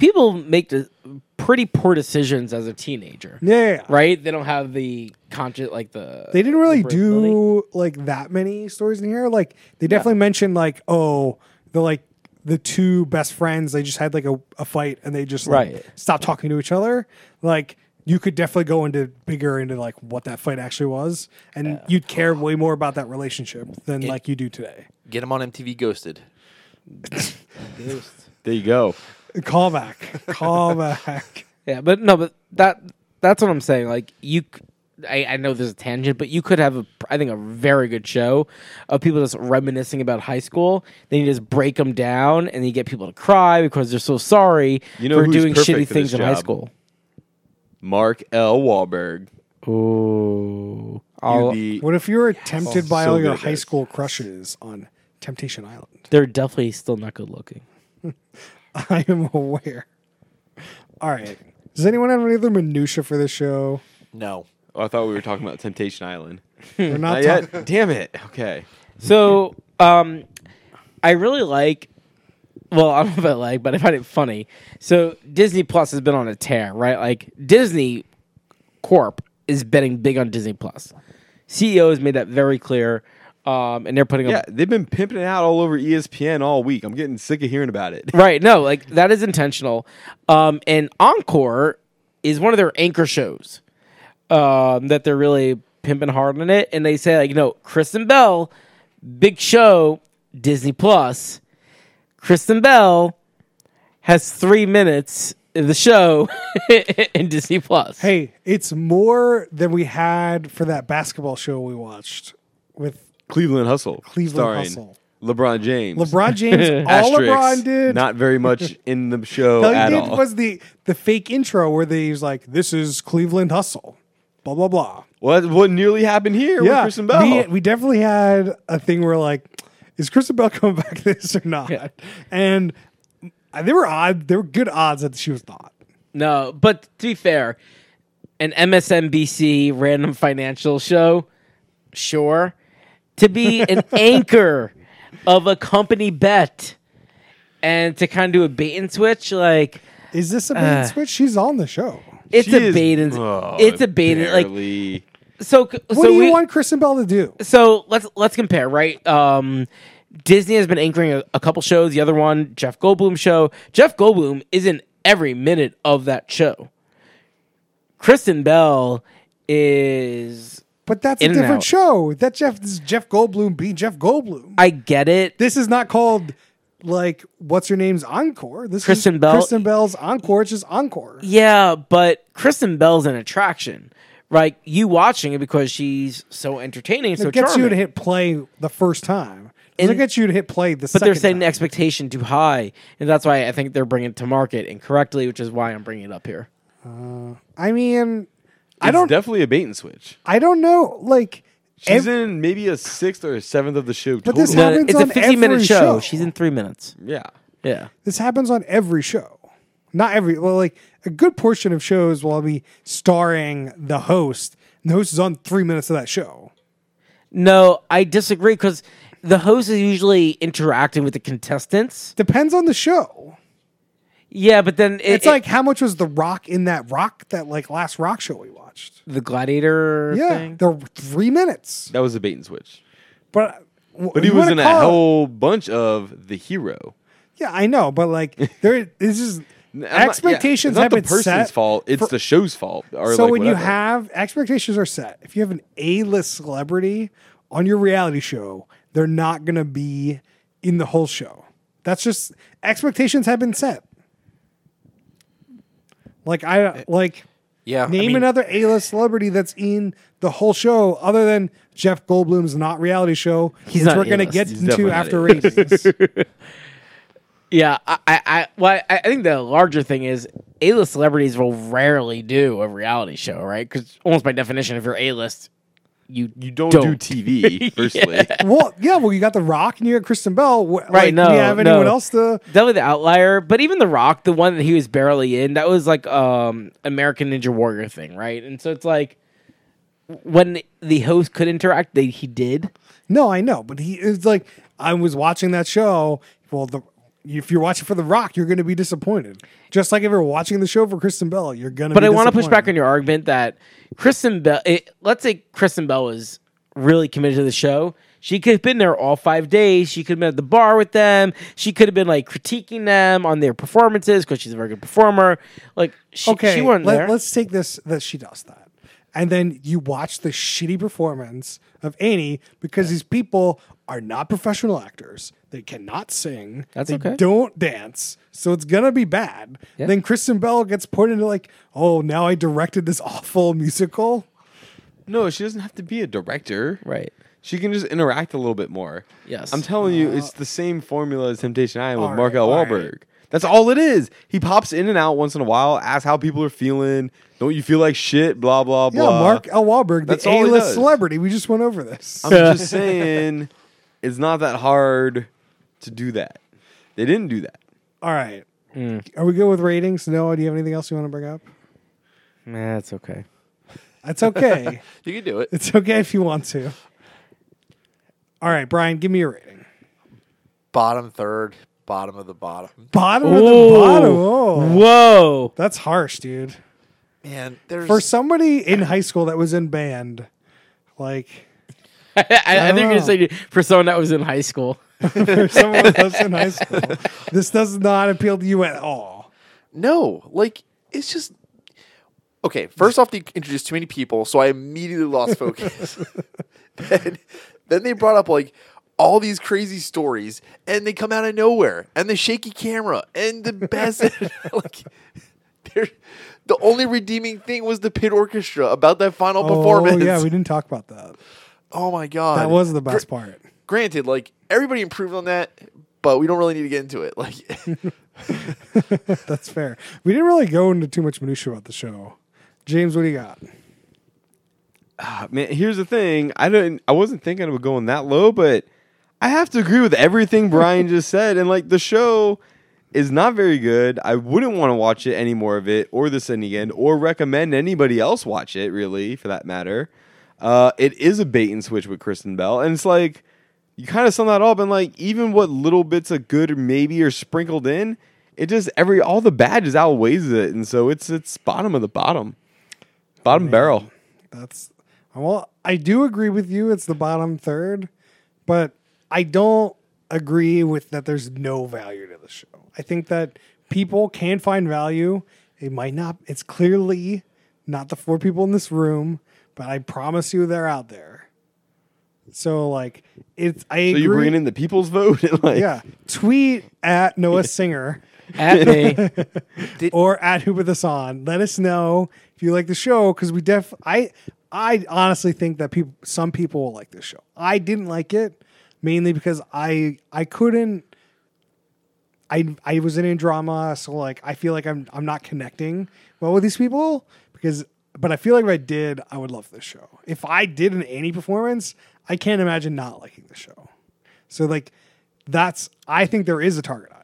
B: people make the pretty poor decisions as a teenager,
A: yeah, yeah, yeah.
B: right? They don't have the conscious like the
A: they didn't really do
B: Believability.
A: like that many stories in here. Like they definitely mentioned like oh the like the two best friends they just had like a, a fight and they just like,
B: Right.
A: stopped talking to each other. Like you could definitely go into bigger into like what that fight actually was, and you'd care way more about that relationship than like you do today.
C: Get him on MTV Ghosted.
D: There you go.
A: Call
D: *laughs*
A: back, call back.
B: Yeah, but no, but that that's what I'm saying. Like you, c- I, I know there's a tangent, but you could have a, I think a very good show of people just reminiscing about high school. Then you just break them down, and you get people to cry because they're so sorry
D: You know
B: for
D: who's
B: doing
D: perfect
B: shitty
D: for this
B: things in high
D: job?
B: school.
D: Mark L. Wahlberg.
B: Ooh,
C: You'd
B: I'll-
C: be
A: What if you were tempted
D: Oh,
A: by
D: so
A: all your
D: good,
A: high
D: guys.
A: school crushes on Temptation Island?
B: they're definitely still not good looking.
A: I am aware. All right. Does anyone have any other minutia for the show?
C: no.
D: Oh, I thought we were talking about Temptation Island.
A: *laughs* We're not
D: Hmm, Not
A: talking.
D: yet. Damn it. Okay.
B: So, um, I really like. Well, I don't know if I like, but I find it funny. So Disney Plus has been on a tear, right? Like Disney Corp is betting big on Disney Plus. CEO has made that very clear, um, and they're putting
D: Yeah,
B: up.
D: they've been pimping it out all over E ESPN all week. I'm getting sick of hearing about it. *laughs*
B: Right? No, like that is intentional. Um, and Encore is one of their anchor shows um, that they're really pimping hard on it, and they say like, you know, Kristen Bell, big show, Disney Plus. Kristen Bell has three minutes of the show *laughs* in Disney Plus.
A: Hey, it's more than we had for that basketball show we watched with
D: Cleveland Hustle.
A: Cleveland
D: starring
A: Hustle.
D: LeBron James.
A: LeBron
D: *laughs*
A: James. all
D: Asterisk,
A: LeBron did.
D: Not
A: *laughs*
D: very much in the show
A: all he
D: at
A: did
D: all.
A: was the, the fake intro where they was like, this is Cleveland Hustle. Blah, blah, blah.
D: what, what nearly happened here with Kristen Bell?
A: We, we definitely had a thing where like, is Kristen Bell *laughs* coming back to this or not?
B: Yeah.
A: And uh, there were odd, there were good odds that she was not.
B: No, but to be fair, an MSNBC random financial show, sure. To be
D: *laughs*
B: an anchor of a company bet and to kind of do a bait and switch, like
A: Is this a bait and
B: Uh.
A: switch? She's on the show.
B: it's
D: She
B: a
D: is-
B: bait and
D: Oh,
B: it's a bait and like
D: barely.
B: so. c-
A: What
B: so
A: do you
B: we,
A: want Kristen Bell to do?
B: so let's let's compare, right? Um, Disney has been anchoring a, a couple shows. The other one, Jeff Goldblum show. Jeff Goldblum is in every minute of that show. Kristen Bell is.
A: But that's
B: In
A: a
B: and
A: different
B: out.
A: show. That Jeff this is Jeff Goldblum being Jeff Goldblum.
B: I get it.
A: this is not called like what's her name's encore. This
B: Kristen
A: is
B: Bell-
A: Kristen Bell's encore. It's just encore.
B: yeah, but Kristen Bell's an attraction, right? You watching it because she's so entertaining, so
A: it gets
B: charming.
A: you to hit play the first time. It doesn't
B: And-
A: get you to hit play the
B: but
A: second.
B: they're setting the
A: time.
B: expectation too high, and that's why I think they're bringing it to market incorrectly, which is why I'm bringing it up here.
A: I mean, I
D: It's
A: don't.
D: definitely a bait and switch.
A: I don't know. Like,
D: She's
A: ev-
D: in maybe a sixth or a seventh of the show.
A: But this
D: total.
A: hap- happens
B: it's
A: on
B: a 15 minute
A: every
B: show.
A: show.
B: She's in three minutes.
D: yeah.
B: Yeah.
A: this happens on every show. Not every. Well, like a good portion of shows will be starring the host. And the host is on three minutes of that show.
B: No, I disagree because the host is usually interacting with the contestants.
A: Depends on the show.
B: Yeah, but then it-
A: It's
B: it-
A: like how much was the Rock in that Rock that like last Rock show we watched?
B: the gladiator
A: Yeah,
B: thing.
A: they're three minutes.
D: That was a bait and switch.
A: But
D: But he was in a whole bunch of the hero.
A: Yeah, I know, but
D: *laughs*
A: like there, this is
D: I'm not- yeah,
A: expectations
D: it's not
A: have
D: the
A: been
D: person's
A: set.
D: fault. It's
A: for-
D: the show's fault. Or
A: so
D: like
A: when you
D: whatever.
A: have expectations are set if you have an a-list celebrity on your reality show they're not going to be in the whole show that's just expectations have been set like i like
C: Yeah. I
A: name
C: mean,
A: another a-list celebrity that's in the whole show other than jeff goldblum's not reality show which
B: not
A: we're going to
B: A-list.
A: get
D: He's
A: into
D: definitely not
A: after
D: A-list.
A: ratings
B: Yeah, I, I, I, well, I, I think the larger thing is A-list celebrities will rarely do a reality show, right? Because almost by definition, if you're A-list, you
D: you don't,
B: Don't.
D: do
A: *laughs*
D: TV, firstly.
A: well yeah well you got the rock and you got kristen bell right like,
B: no,
A: do you have anyone
B: no.
A: else to
B: definitely the outlier. But even The Rock, the one that he was barely in, that was like um American Ninja Warrior thing, right? And so it's like when the host could interact, they he did.
A: No, I know, but he is like I was watching that show. Well, the if you're watching for The Rock, you're going to be disappointed. Just like if you're watching the show for Kristen Bell, you're going to.
B: But
A: be
B: I want to push back
A: disappointed.
B: on your argument that Kristen Bell. It, let's say Kristen Bell was really committed to the show. She could have been there all five days. She could have been at the bar with them. She could have been like critiquing them on their performances because she's a very good performer. Like she,
A: okay,
B: she wasn't
A: let,
B: there.
A: us take this that she does that, and then you watch the shitty performance of Annie because these people are not professional actors. They cannot sing.
B: That's
A: they
B: okay.
A: Don't dance. So it's gonna be bad.
B: Yeah.
A: Then Kristen Bell gets put into like, oh, now I directed this awful musical.
D: No, she doesn't have to be a director.
B: Right.
D: She can just interact a little bit more.
B: Yes.
D: I'm telling you, it's the same formula as Temptation Island with
A: Uh, All
D: Mark
A: right,
D: L.
A: all right.
D: Wahlberg. That's all it is. He pops in and out once in a while, asks how people are feeling. Don't you feel like shit? Blah blah
A: Yeah,
D: blah.
A: Mark L. Wahlberg,
D: That's
A: the
D: all he
A: A-list
D: does.
A: celebrity. We just went over this. *laughs*
D: I'm just saying, it's not that hard to do that. They didn't do that.
A: All right.
D: Hmm.
A: Are we good with ratings? Noah, do you have anything else you want to bring up?
B: Nah, it's okay.
A: That's
D: *laughs*
A: okay.
C: You can do it.
A: it's okay if you want to. All right, Brian, give me a rating.
C: Bottom third, bottom of the bottom.
A: Bottom of the bottom. Oh,
B: Whoa.
A: that's harsh, dude.
C: Man, there's
A: For somebody in high school that was in band, like
B: I, I, I think
A: Oh.
B: you're saying for someone that was in high school.
A: for someone that's in high
D: *laughs*
A: school, this does not appeal to you at all.
C: no, like it's just okay. First off, they introduced too many people, so I
A: *laughs*
C: immediately lost focus. *laughs* then, then they brought up like all these crazy stories, and they come out of nowhere, and the shaky camera, and
A: *laughs*
C: the best. *laughs* like, they're- the only redeeming thing was the pit orchestra about that final performance.
A: Oh, yeah, we didn't talk about that.
C: oh my god,
A: That was the
C: Gr-
A: best part.
C: granted, like everybody improved on that, but we don't really need to get into it. Like,
A: *laughs*
C: *laughs*
A: That's fair. We didn't really go into too much minutia about the show. James, what do you got?
D: Ah, Man, here's the thing. I didn't. I wasn't thinking it would go in that low, but I have to agree with everything Brian just said. And like the show is not very good. I wouldn't want to watch it any more of it, or this any end, or recommend anybody else watch it. Really, for that matter. Uh, it is a bait and switch with Kristen Bell, and it's like you kind of sum that up, and like even what little bits of good or maybe are sprinkled in, it just every all the bad just outweighs it, and so it's it's bottom of the bottom, bottom barrel.
A: That's well, I do agree with you. It's the bottom third, but I don't agree with that. There's no value to the show. I think that people can find value. It might not. It's clearly not the four people in this room, but I promise you, they're out there. So like, it's I
D: So
A: agree.
D: you bringing in the people's vote? *laughs* And like,
A: yeah, tweet at Noah
D: *laughs*
A: Singer.
B: At
A: *laughs*
B: me.
A: or at Hooper the Son. Let us know if you like the show because we def I I honestly think that people some people will like this show. I didn't like it mainly because I I couldn't I I was in a drama, so like I feel like I'm I'm not connecting well with these people because but I feel like if I did, I would love this show. If I did an Annie performance, I can't imagine not liking the show. So like that's I think there is a target audience.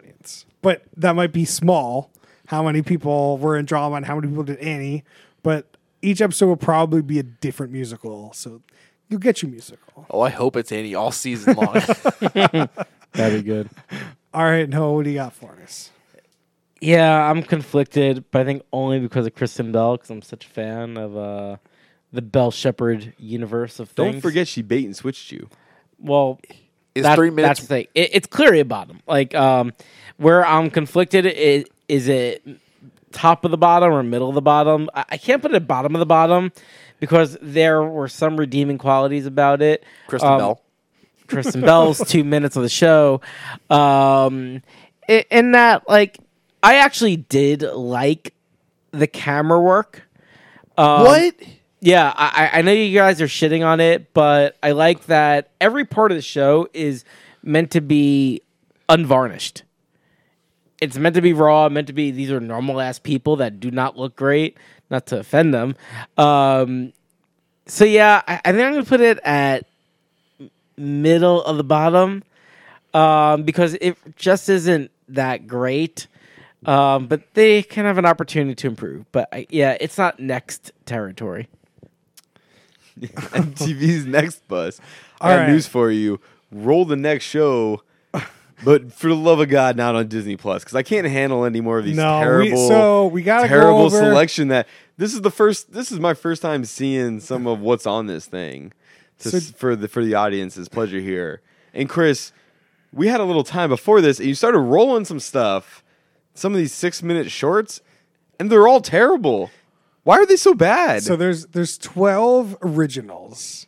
A: But that might be small. How many people were in drama and how many people did Annie, but each episode will probably be a different musical. So you'll get your musical.
C: oh, I hope it's Annie all season
B: *laughs*
C: long.
B: That'd be good.
A: All right, Noah, what do you got for us?
B: Yeah, I'm conflicted, but I think only because of Kristen Bell, because I'm such a fan of uh, the Bell Shepherd universe of
D: Don't
B: things.
D: forget she bait and switched you.
B: Well,
C: Is
B: that-
C: three
B: That's
C: minutes
B: the thing. It, it's clearly a bottom. Like, um, where I'm conflicted is, is it top of the bottom or middle of the bottom? I, I can't put it at bottom of the bottom because there were some redeeming qualities about it.
C: Kristen
B: Um,
C: Bell?
B: Kristen Bell's two minutes of the show. Um, i- in that, like, I actually did like the camera work. Um,
C: what?
B: yeah, I, I I know you guys are shitting on it, but I like that every part of the show is meant to be unvarnished. It's meant to be raw, meant to be these are normal ass people that do not look great, not to offend them. Um, so yeah, I, I think I'm gonna put it at middle of the bottom um, because it just isn't that great. Um, but they can have an opportunity to improve. But I, yeah, it's not next territory.
D: *laughs* MTV's next bus. I
A: All
D: got
A: right.
D: news for you. Roll the next show, but for the love of God, not on Disney Plus because I can't handle any more of these
A: No, we-
D: terrible.
A: so we gotta go
D: terrible
A: over-
D: selection. That this is the first. This is my first time seeing some of what's on this thing to, s
A: So-
D: for the for the audience's pleasure here. And Chris, we had a little time before this, and you started rolling some stuff. Some of these six minute shorts, and they're all terrible. Why are they so bad?
A: So there's there's twelve originals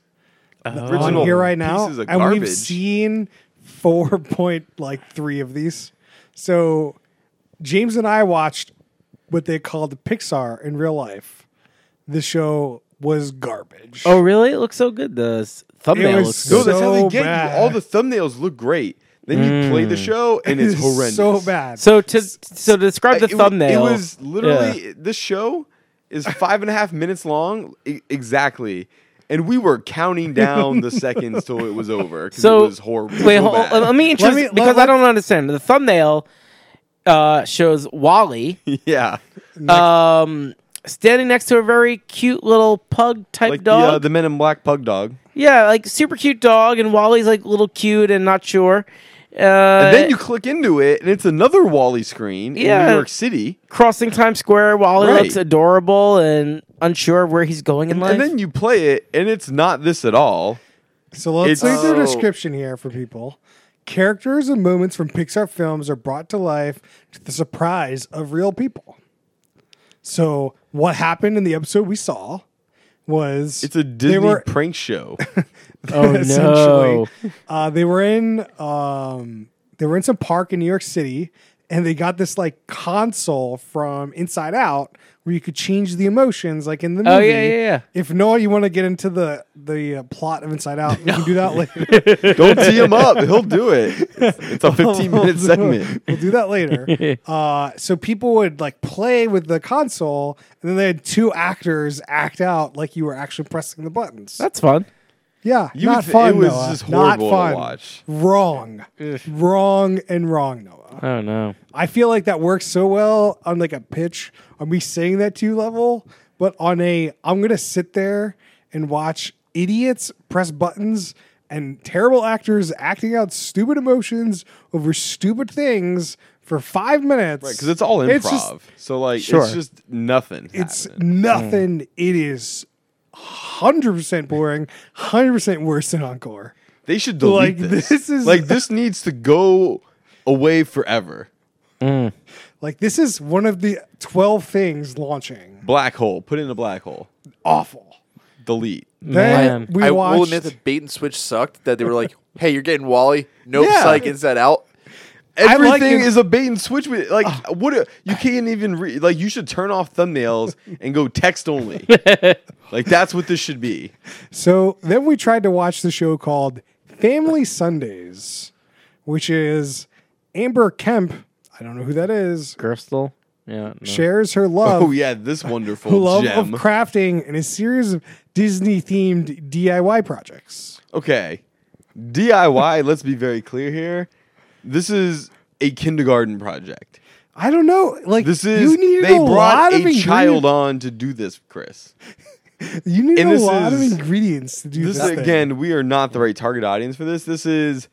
D: Original
A: on here right now,
D: pieces of
A: and
D: garbage.
A: we've seen four *laughs* point like three of these. So James and I watched what they called Pixar in real life, the show was garbage. *laughs*
B: Oh, really? It looks so good. The s- thumbnail
A: was
B: looks
A: so
D: No,
B: good.
D: that's how they
A: So
D: get
A: bad.
D: you. All the thumbnails look great. Then you play the
B: Mm.
D: show and
B: *laughs*
D: it's horrendous.
A: So bad.
B: So to so to
D: I-
B: describe the
D: it wa-
B: thumbnail.
D: it was literally this show is five and a half minutes long e- exactly, and we were counting down the seconds till it was over. 'cause
B: so
D: it was horrible.
B: Wait,
D: so
B: hold,
D: bad.
B: let me introduce
A: me- let-
B: because I
A: let-
B: don't understand. The thumbnail uh, shows Wally
D: *laughs* yeah,
B: um, standing next to a very cute little pug type
D: like the,
B: dog.
D: uh, the Men in Black pug dog.
B: yeah, like super cute dog, and Wally's like little cute and not sure. Uh,
D: And then you click into it, and it's another Wally screen in
B: Yeah.
D: New York City.
B: crossing Times Square. Wally
D: Right.
B: looks adorable and unsure of where he's going in life.
D: And then you play it, and it's not this at all.
A: So let's
D: It's-
A: read the
C: Oh.
A: description here for people. Characters and moments from Pixar films are brought to life to the surprise of real people. So what happened in the episode we saw was
D: It's a
A: they
D: Disney
A: were *laughs*
D: prank show.
B: oh no!
A: essentially uh, they were in um, they were in some park in New York City and they got this like console from Inside Out where you could change the emotions like in the movie.
B: Oh, yeah, yeah, yeah.
A: If no, you want to get into the the uh, plot of Inside Out, we can do
B: *laughs*
A: that later.
D: Don't tee him up; he'll do it. It's,
A: *laughs*
D: it's
A: Oh,
D: a fifteen-minute segment.
A: we'll do that
D: *laughs*
A: later. uh, so people would like play with the console, and then they had two actors act out like you were actually pressing the buttons.
B: That's fun.
A: yeah,
D: You
A: not
D: would-
A: fun.
D: it was
A: Noah.
D: just
A: Not
D: horrible to
A: fun.
D: watch.
A: Wrong, wrong, and wrong, Noah.
B: Oh no!
A: I feel like that works so well on like a pitch on me saying that to you level, but on a I'm gonna sit there and watch idiots press buttons and terrible actors acting out stupid emotions over stupid things for five minutes.
D: Because it's all improv.
A: It's just,
D: so like,
B: Sure.
D: it's just nothing.
A: it's
D: happening.
A: nothing. It is hundred percent boring, hundred percent worse than Encore.
D: They should delete
A: Like,
D: this.
A: this is-
D: like this needs to go away forever.
A: Like this is one of the twelve things launching.
D: Black hole. Put in a black hole.
A: Awful.
D: Delete.
A: Then
B: Man.
A: we
C: I
A: watched.
C: will admit that bait and switch sucked. That they were like, *laughs* "Hey, you're getting Wally. Nope,
D: Yeah.
C: psych inside out."
A: like
D: Everything
A: it. Ah.
D: is a bait and switch. With like, what a, you can't even read. Like, you should turn off thumbnails and go
A: *laughs*
D: text only. like, that's what this should be.
A: So then we tried to watch the show called Family Sundays, which is Amber Kemp. I don't know who that is.
B: Crystal. Yeah. no.
A: Shares her love,
D: Oh yeah, this wonderful
A: Um, love of
D: gem.
A: crafting in a series of Disney themed DIY projects.
D: okay, DIY. *laughs* let's be very clear here. This is a kindergarten project.
A: I don't know. Like
D: This is
A: you needed
D: they
A: a lot
D: brought
A: of
D: a
A: ingredients.
D: child on to do this, Chris.
A: You needed
D: and
A: a
D: this
A: lot
D: is-
A: of ingredients to do this.
D: this
A: thing.
D: again, we are not the right target audience for this. This is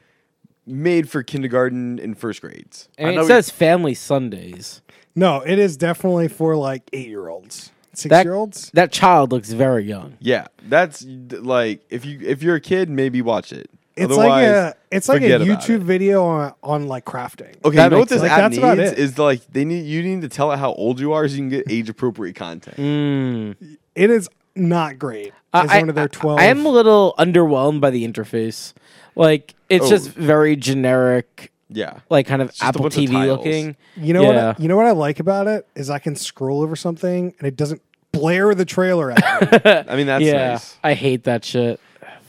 D: made for kindergarten and first grades.
B: And
C: I know
B: it
C: we-
B: says family Sundays.
A: No, it is definitely for like eight year olds, six
B: That
A: year olds.
B: that child looks very young.
D: Yeah, that's d- like if you if you're a kid, maybe watch it.
A: It's like
D: Otherwise,
A: a it's like a
D: forget about
A: YouTube
D: it.
A: video on, on like crafting.
D: Okay,
B: That
D: you know what
B: makes
D: this
A: sense. Like,
D: app
A: that's about
D: needs
A: it.
D: is like they need you need to tell it how old you are so you
A: *laughs*
D: can get age appropriate content.
A: It is not great. As
B: I,
A: one of their
B: I-
A: twelve.
B: I am a little underwhelmed by the interface. Like it's
D: Oh.
B: just very generic,
D: Yeah,
B: like kind of
D: a
B: Apple
D: bunch of
B: TV
D: tiles.
B: looking.
A: You know
B: Yeah.
A: what? I, you know what I like about it is I can scroll over something and it doesn't blare the trailer
B: *laughs*
A: at me.
D: I mean that's
B: yeah,
D: nice.
B: I hate that shit.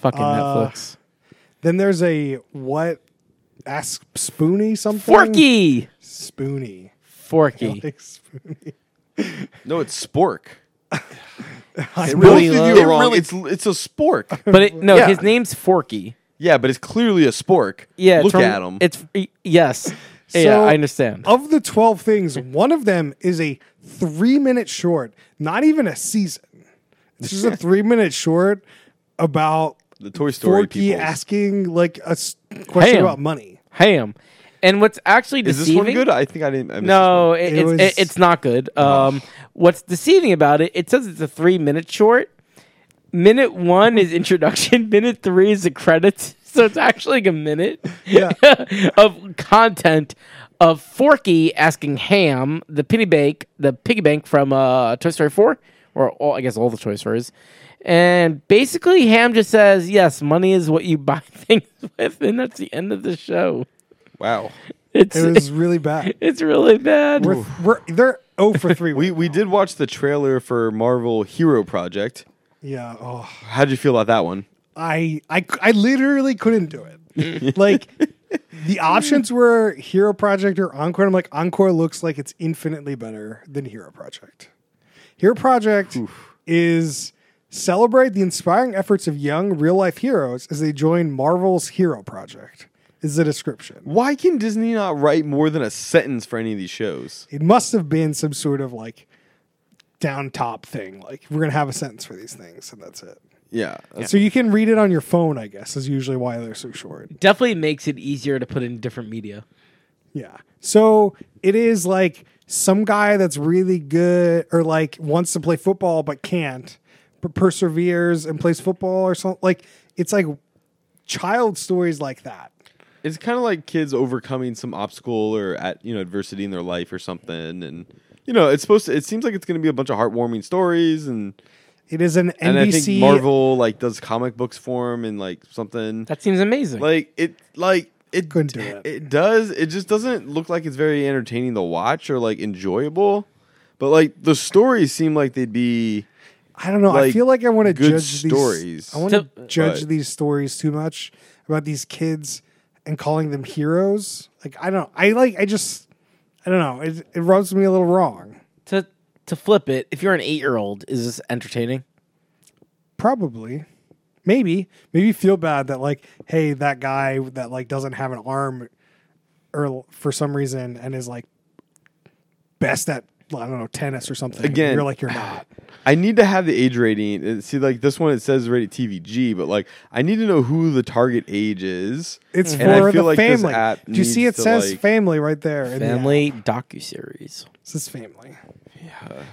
B: Fucking
A: Uh,
B: Netflix.
A: um, then there's a what? Ask Spoony something.
B: Forky,
A: Spoony. *laughs*
B: Forky.
A: Like
B: *laughs*
A: Spoony.
D: No, it's spork.
A: I
D: Both of
B: really
D: you
B: loves-
D: are wrong.
C: It really-
D: it's it's a spork. *laughs*
B: But it, no,
C: Yeah.
B: his name's Forky.
D: yeah, but it's clearly a spork.
B: Yeah,
D: look
B: turn-
D: at him.
B: It's y-
A: *laughs*
B: yes. yeah,
A: So-
B: I understand.
A: Of the twelve things, one of them is a three-minute short. Not even a season. This
B: *laughs*
A: is a three-minute short about
D: the Toy Story
A: Forky
D: people.
A: asking like a s- question
B: Ham.
A: about money.
B: Ham. And what's actually
D: Is this
B: deceiving?
D: one good? I think I didn't. I missed this
B: No,
D: one.
B: it,
A: It
B: it's,
A: was-
B: it, it's not good. Um, what's deceiving about it? It says it's a three minute short. Minute one is introduction. *laughs* Minute three is the credits. *laughs* So it's actually like a minute
A: Yeah.
B: *laughs* of content of Forky asking Ham, the Penny Bank, the piggy bank from uh, Toy Story Four, or all, I guess all the Toy Stories. And basically, Ham just says, "Yes, money is what you *laughs* buy things with," and that's the end of the show.
D: Wow.
B: It's
A: It was really bad.
B: *laughs* it's really bad.
A: We're, we're they're oh for three.
D: We we did watch the trailer for Marvel Hero Project.
A: Yeah. Oh,
D: How'd you feel about that one?
A: I, I, I literally couldn't do it. like the options were Hero Project or Encore. I'm like Encore looks like it's infinitely better than Hero Project. Hero Project is celebrate the inspiring efforts of young real life heroes as they join Marvel's Hero Project. Is the description.
D: Why can Disney not write more than a sentence for any of these shows?
A: It must have been some sort of like down top thing. Like we're gonna have a sentence for these things, and that's it.
D: Yeah. that's-
A: So you can read it on your phone, I guess, is usually why they're so short.
B: Definitely makes it easier to put in different media.
A: Yeah. So it is like some guy that's really good or like wants to play football but can't, but perseveres and plays football or something. Like it's like child stories like that.
D: It's kind of like kids overcoming some obstacle or at you know adversity in their life or something, and you know it's supposed to. It seems like it's going to be a bunch of heartwarming stories, and
A: It is an
D: and I
A: NBC
D: think Marvel like does comic books for 'em and like something
B: That seems amazing.
D: like it like it
A: Couldn't do it.
D: it does it just doesn't look like it's very entertaining to watch or like enjoyable, but like the stories seem like they'd be
A: I don't know. I
D: like,
A: feel like I want to
D: good
A: judge
D: stories.
A: These, I want to
B: To-
A: judge
D: Right.
A: these stories too much about these kids and calling them heroes. Like I don't. I like. I just. I don't know. It, it rubs me a little wrong.
B: to to flip it, if you're an eight year old, is this entertaining?
A: Probably. Maybe. Maybe feel bad that like, hey, that guy that like doesn't have an arm or for some reason and is like best at I don't know, tennis or something.
D: Again.
A: You're like you're
D: *sighs*
A: not.
D: I need to have the age rating. Uh, See, like this one, it says rated TVG, but like I need to know who the target age is.
A: It's
D: And I
A: for the
D: feel like this
A: family.
D: app
A: Do you see it
D: needs to,
A: says
D: like-
A: family right there? in the app.
B: Family docu series.
A: This is family.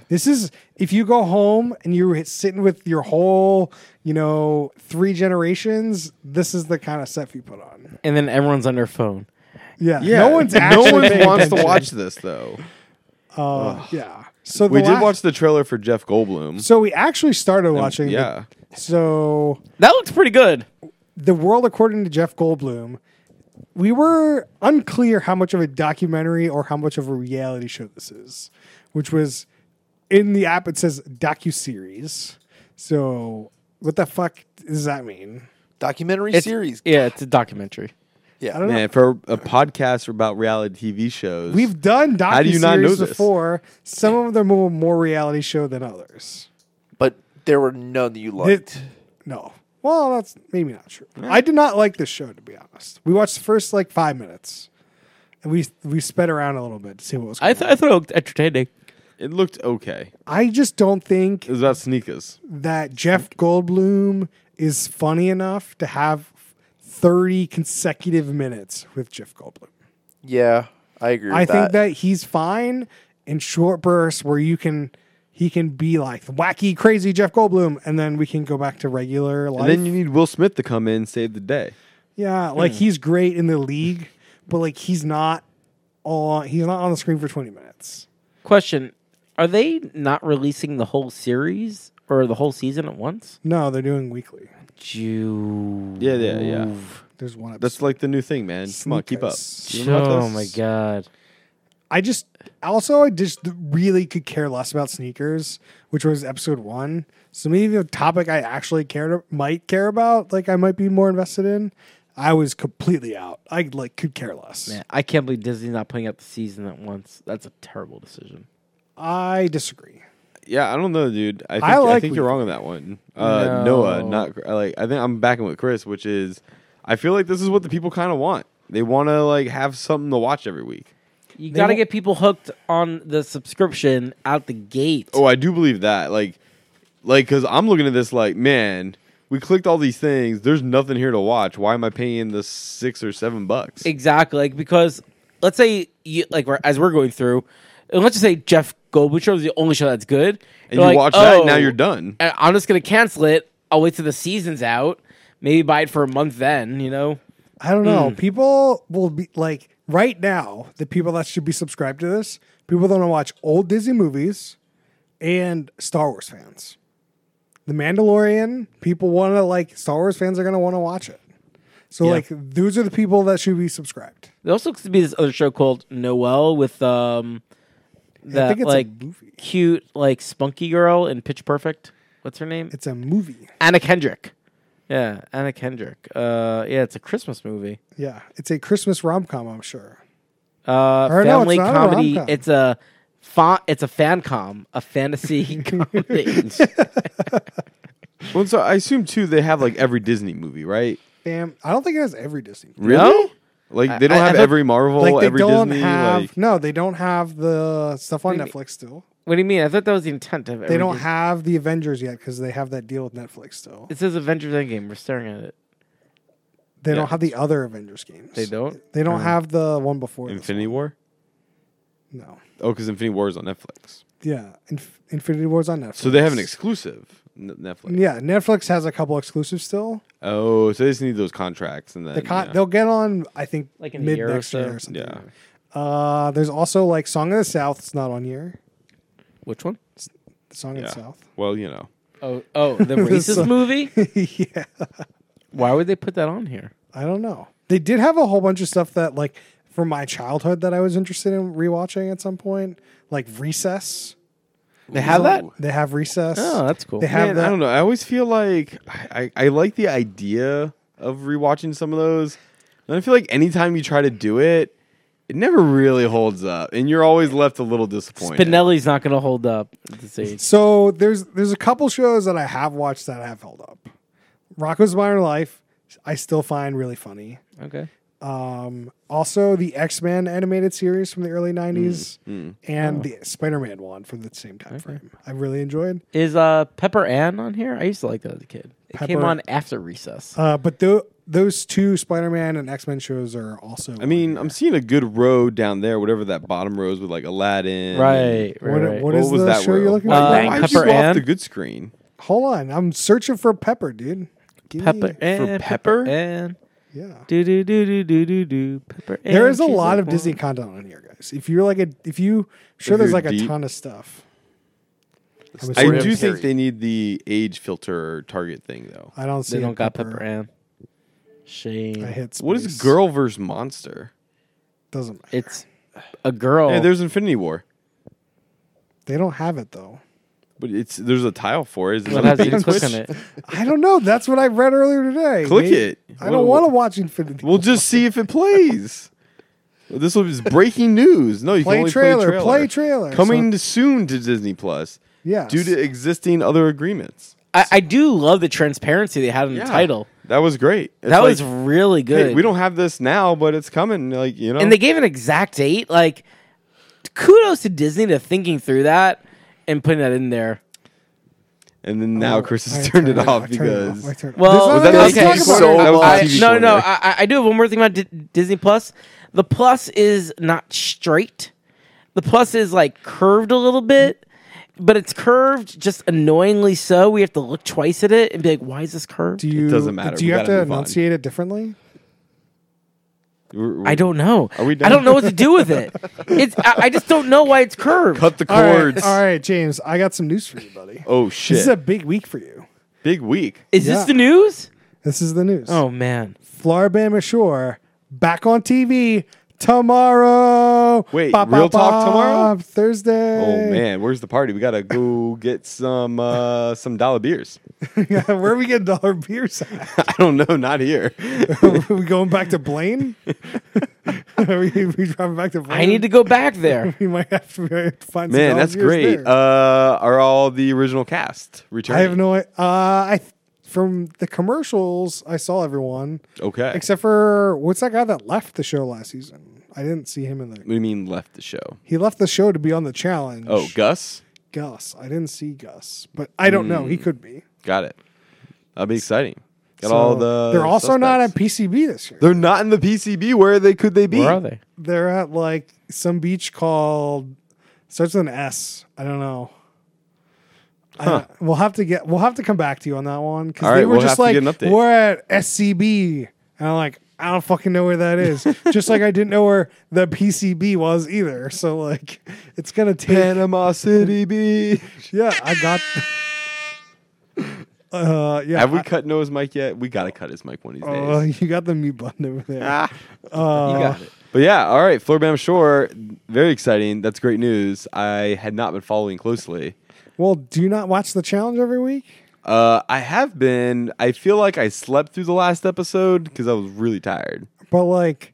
A: This is if you go home and you're sitting with your whole, you know, three generations, this is the kind of stuff you put on.
B: And then everyone's on their phone.
A: Yeah. No one's
D: *laughs* no
A: actually
D: one
A: paying
D: wants to
A: attention.
D: watch this though.
A: Uh, yeah. So *laughs* the
D: We did
A: la-
D: watch the trailer for Jeff Goldblum.
A: So we actually started watching. the-
D: Yeah,
A: so
B: That looks pretty good.
A: the world according to Jeff Goldblum, we were unclear how much of a documentary or how much of a reality show this is, which was in the app it says docu series. So what the fuck does that mean?
C: Documentary series.
B: Yeah, it's a documentary.
C: Yeah.
D: *laughs*
A: don't know.
D: man, for a podcast about reality TV shows,
A: We've done docu
D: do you
A: series
D: not know this?
A: before. Some of them were more reality show than others.
C: But there were none that you
A: It,
C: liked.
A: no. Well, that's maybe not true. I did not like this show to be honest. We watched the first like five minutes, and we we sped around a little bit to see what was. Going
B: I, th- I thought it looked entertaining.
D: it looked okay.
A: on. I just don't think
D: It was about sneakers.
A: that Jeff Goldblum is funny enough to have thirty consecutive minutes with Jeff Goldblum.
C: yeah, I agree with
A: I
C: that.
A: think that he's fine in short bursts where you can he can be like wacky, crazy Jeff Goldblum, and then we can go back to regular life.
D: And then you need Will Smith to come in and save the day.
A: Yeah, like
D: Hmm.
A: he's great in the league, but like he's not on he's not on the screen for 20 minutes.
B: Question Are they not releasing the whole series or the whole season at once?
A: No, they're doing weekly.
B: Jew.
D: Yeah, yeah, yeah.
A: There's one episode.
D: That's like the new thing, man. Come on, keep up.
A: Sneakers.
D: You know about
B: Oh
D: this?
B: my god.
A: I just also I just really could care less about sneakers, which was episode 1. So maybe the topic I actually cared might care about, like I might be more invested in, I was completely out. I like could care less.
B: Man, I can't believe Disney's not putting out the season at once. That's a terrible decision.
A: I disagree.
D: Yeah, I don't know, dude. I think,
A: I
D: I
A: like
D: think
A: Weekly.
D: you're wrong on that one.
B: No.
D: Uh, Noah, not like I think I'm backing with Chris, which is I feel like this is what the people kind of want. They want to like have something to watch every week.
B: You got to
A: won't-
B: get people hooked on the subscription out the gate.
D: Oh, I do believe that. Like, like because I'm looking at this like, man, we clicked all these things. There's nothing here to watch. Why am I paying the six or seven bucks?
B: Exactly, like because let's say you like we're, as we're going through, and let's just say Jeff Goldblum show is the only show that's good, "Oh,
D: and you watch that,
A: oh.
D: and now you're done.
B: And I'm just gonna cancel it. I'll wait till the season's out. Maybe buy it for a month then. You know,
A: I don't know.
D: Mm.
A: People will be like right now, the people that should be subscribed to this, people that want to watch old Disney movies and Star Wars fans. The Mandalorian, people want to like Star Wars fans are going to want to watch it. So
B: Yeah.
A: like those are the people that should be subscribed.
B: there also looks to be this other show called Noel with um that
A: think it's a
B: like
A: movie.
B: cute like spunky girl in Pitch Perfect. What's her name?
A: It's a movie.
B: Anna Kendrick. Yeah, Anna Kendrick. Uh, yeah, it's a Christmas movie.
A: Yeah, it's a Christmas rom com. I'm sure.
B: Uh,
A: Or no,
B: family
A: it's not a
B: comedy.
A: rom-com.
B: it's a fa- It's a fan com,
A: *laughs*
B: a fantasy comedy.
D: Well, so I assume too they have like every Disney movie, right?
A: Damn, I don't think it has every Disney.
B: No?
D: Like they don't
B: I- I
D: have
B: thought-
D: every Marvel,
A: Like they
D: every
A: don't
D: Disney.
A: have
D: like,
A: no, they don't have the stuff on
B: do you
A: Netflix still.
B: what do you mean? I thought that was the intent of it.
A: They don't have the Avengers yet because they have that deal with Netflix still.
B: It says Avengers Endgame. We're staring at it.
A: They don't have the other Avengers games.
B: They don't. Uh,
A: They
D: Uh,
A: don't have the one before. this.
D: Infinity War.
A: No.
D: Oh, because Infinity War is on Netflix,
A: Yeah, Inf- Infinity War's on Netflix.
D: so they have an exclusive N- Netflix.
A: Yeah, Netflix has a couple exclusives still.
D: Oh, so they just need those contracts and then
A: The con-
D: Uh, yeah.
A: They'll get on, I think,
B: Like in a
A: mid
B: year or
A: next
B: so.
A: year or something.
D: yeah.
A: Uh, there's also like Song of the South. It's not on here.
B: Which one?
A: The Song of
D: yeah.
A: the South. *laughs*
D: Well, you know,
B: Oh, oh, the *laughs* racist
A: song. *laughs*
B: movie.
A: yeah.
B: Why would they put that on here?
A: I don't know. They did have a whole bunch of stuff that like from my childhood that I was interested in rewatching at some point, like Recess.
B: They have that.
C: Ooh.
A: They have Recess.
B: Oh, that's cool.
A: They have
D: Man,
A: that.
D: I don't know. I always feel like I, I, I like the idea of rewatching some of those, and I feel like anytime you try to do it, it never really holds up, and you're always left a little disappointed.
B: Spinelli's not going to hold up at *laughs* this age.
A: So there's there's a couple shows that I have watched that have held up. Rocco's Modern Life, I still find really funny.
B: Okay.
A: Um, also the X Men animated series from the early
B: Mm,
A: '90s
B: Oh.
A: and the Spider Man one from the same time frame. I really enjoyed.
B: Is uh Pepper Ann on here? I used to like that as a kid. It came
A: Pepper-
B: on after recess.
A: Uh, but tho- those two Spider Man and X Men shows are also.
D: I mean, I'm seeing a good road down there, whatever that bottom row is with like Aladdin.
B: right, right.
A: what,
B: right.
A: what
D: What
A: is
D: was
A: the
D: that
A: show
D: row?
A: you're looking for?
B: Uh,
C: Bang
D: Why did you
B: Pepper
D: go off
B: Ann?
D: the good screen?
A: Hold on, I'm searching for Pepper, dude. Give me-
B: Pepper Ann,
D: Pepper?
B: Ann.
A: yeah.
B: Do do do do do do do. Pepper Ann.
A: There is a
B: she's
A: lot of
B: one.
A: Disney content on here, guys. If you're like a, if you I'm sure
D: If
A: there's
D: you're
A: like a
D: deep.
A: ton of stuff. I, was
D: I
A: sort of-
D: do think
C: Harry.
D: they need the age filter target thing though.
A: I don't see.
B: They
A: a
B: don't got Pepper Ann. Shame.
A: I hit.
D: What is
A: space.
D: girl versus monster?
A: Doesn't matter.
B: It's a girl.
D: Hey, there's Infinity War,
A: They don't have it though.
D: but it's there's a tile for it. Is it
B: what
D: on a
B: has
D: bait
B: you
D: and
B: click
D: switch?
B: on it?
A: *laughs* I don't know. That's what I read earlier today.
D: Click
A: Maybe-
D: it.
A: I don't want to watch Infinity.
D: We'll just see if it plays. *laughs* Well, this will be breaking news. No, you
A: Play
D: can only
A: trailer,
D: play
A: play
D: trailer.
A: trailer.
D: Coming soon to Disney Plus.
A: Yes.
D: Due to existing other agreements.
B: I, I do love the transparency they had in the title.
D: That was great. It's
B: That
D: like,
B: was really good.
D: Hey, we don't have this now, but it's coming. Like you know,
B: and they gave an exact date. Like, kudos to Disney to thinking through that and putting that in there.
D: And then now
A: Oh,
D: Chris
A: I
D: has turned it
A: turned
D: off
A: I turned it
D: because
A: I turned it off.
B: Well,
A: There's
D: Was that
A: nothing
D: the
A: else to
D: TV
A: talk
D: show?
A: about.
D: That was
B: I-
D: a TV
B: no,
D: show
B: no.
D: there.
B: I, I- I do have one more thing about D- Disney Plus. The Plus is not straight. The Plus is like curved a little bit, but it's curved just annoyingly so. We have to look twice at it and be like, "Why is this curved?"
A: Do you,
D: doesn't matter.
A: Do you
D: We
A: have
D: gotta
A: to
D: move on.
A: enunciate it differently?
D: we're- we're-
B: I don't know.
D: Are we
B: I
D: done?
B: don't know what to do with it.
D: *laughs*
B: It's. I, I just don't know why it's curved.
D: cut the
A: All right,
D: cords.
A: all right, James. I got some news for you, buddy.
D: Oh
A: This
D: shit!
A: is a big week for you.
D: big week.
B: is
A: yeah.
B: this the news?
A: This is the news.
B: Oh man.
A: Floribama Shore back on TV tomorrow.
D: Wait, Real Talk tomorrow?
A: Thursday.
D: Oh man, where's the party? We gotta go get some uh, some dollar beers. *laughs*
A: Where are we getting dollar beers at? *laughs*
D: I don't know, not here.
A: are we going back to Blaine? *laughs* are we, are we driving back to Blaine?
B: I need to go back
D: *laughs*
B: there.
A: *laughs* We might have to we might have to find. some
D: Man,
A: dollar
D: that's
A: beers
D: great.
A: there.
D: Uh, are all the original cast
A: I
D: returning?
A: have no. i- Uh, I th- from the commercials I saw everyone
D: Okay.
A: except for what's that guy that left the show last season? I didn't see him in the.
D: what do you mean left the show?
A: He left the show to be on the challenge.
D: Oh, Gus,
A: Gus. I didn't see Gus, but I don't know. He could be.
D: got it. That'll be exciting. Mm. Got all
A: So,
D: the.
A: They're also not at
D: suspects.
A: PCB this year.
D: They're not in the PCB. Where they could they be?
B: Where are they?
A: They're at like some beach called starts with an S. I don't know. I don't- we'll have to get we'll have to come back to you on that one because
D: All
A: they
D: right,
A: were
D: we'll
A: just
D: have to
A: like
D: get an update.
A: we're at SCB and I'm like I don't fucking know where that
D: *laughs*
A: is. just like I didn't know where the PCB was either. So like it's gonna take *laughs*
D: Panama City Beach.
A: yeah I got uh yeah
D: Have we
A: I-
D: cut Noah's mic yet? We gotta cut his mic one of these
A: oh, Uh,
D: days.
A: you got the mute button over there.
D: Ah.
A: *laughs*
B: you got it.
D: But yeah, all right, Floribama Shore, very exciting. That's great news. I had not been following closely.
A: Well, do you not watch the challenge every week?
D: Uh, I have been. I feel like I slept through the last episode because I was really tired.
A: But like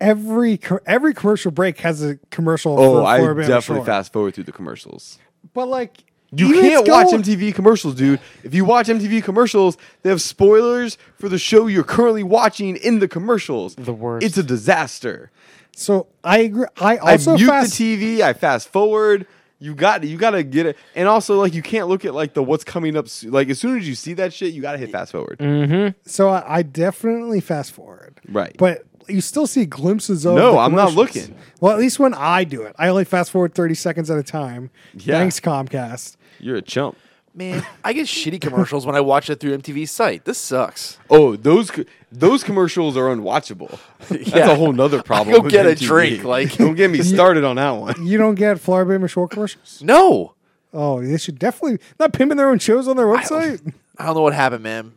A: every co- every commercial break has a commercial.
D: Oh,
A: for
D: I
A: Floribama
D: definitely
A: Shore.
D: fast forward through the commercials.
A: But like
D: You
A: even
D: can't
A: it's
D: watch
A: going-
D: MTV commercials, dude. If you watch MTV commercials, they have spoilers for the show you're currently watching in the commercials. The
B: worst.
D: It's a disaster.
A: So I agree. I also
D: I mute
A: fast.
D: the TV. I fast forward. You got you got to get it, and also like you can't look at like the what's coming up. soo- Like as soon as you see that shit, you got to hit fast forward.
A: Mm. so I, I definitely fast forward.
D: Right.
A: But you still see glimpses of.
D: No,
A: the
D: I'm not
A: commercials.
D: looking.
A: Well, at least when I do it, I only fast forward thirty seconds at a time.
D: Yeah.
A: Thanks, Comcast.
D: You're a chump.
A: *laughs*
C: Man, I get shitty commercials when I watch it through MTV's site. This sucks.
D: Oh, those co- those commercials are
C: *laughs*
D: unwatchable. That's
C: Yeah.
D: a
C: *laughs*
D: whole nother problem.
C: Go
D: with
C: get a
D: MTV.
C: drink, like-
D: don't get me started on that one.
A: You don't get Florida Shore commercials.
C: No.
A: Oh, they should definitely not pimping their own shows on their website.
C: I don't know what happened, man.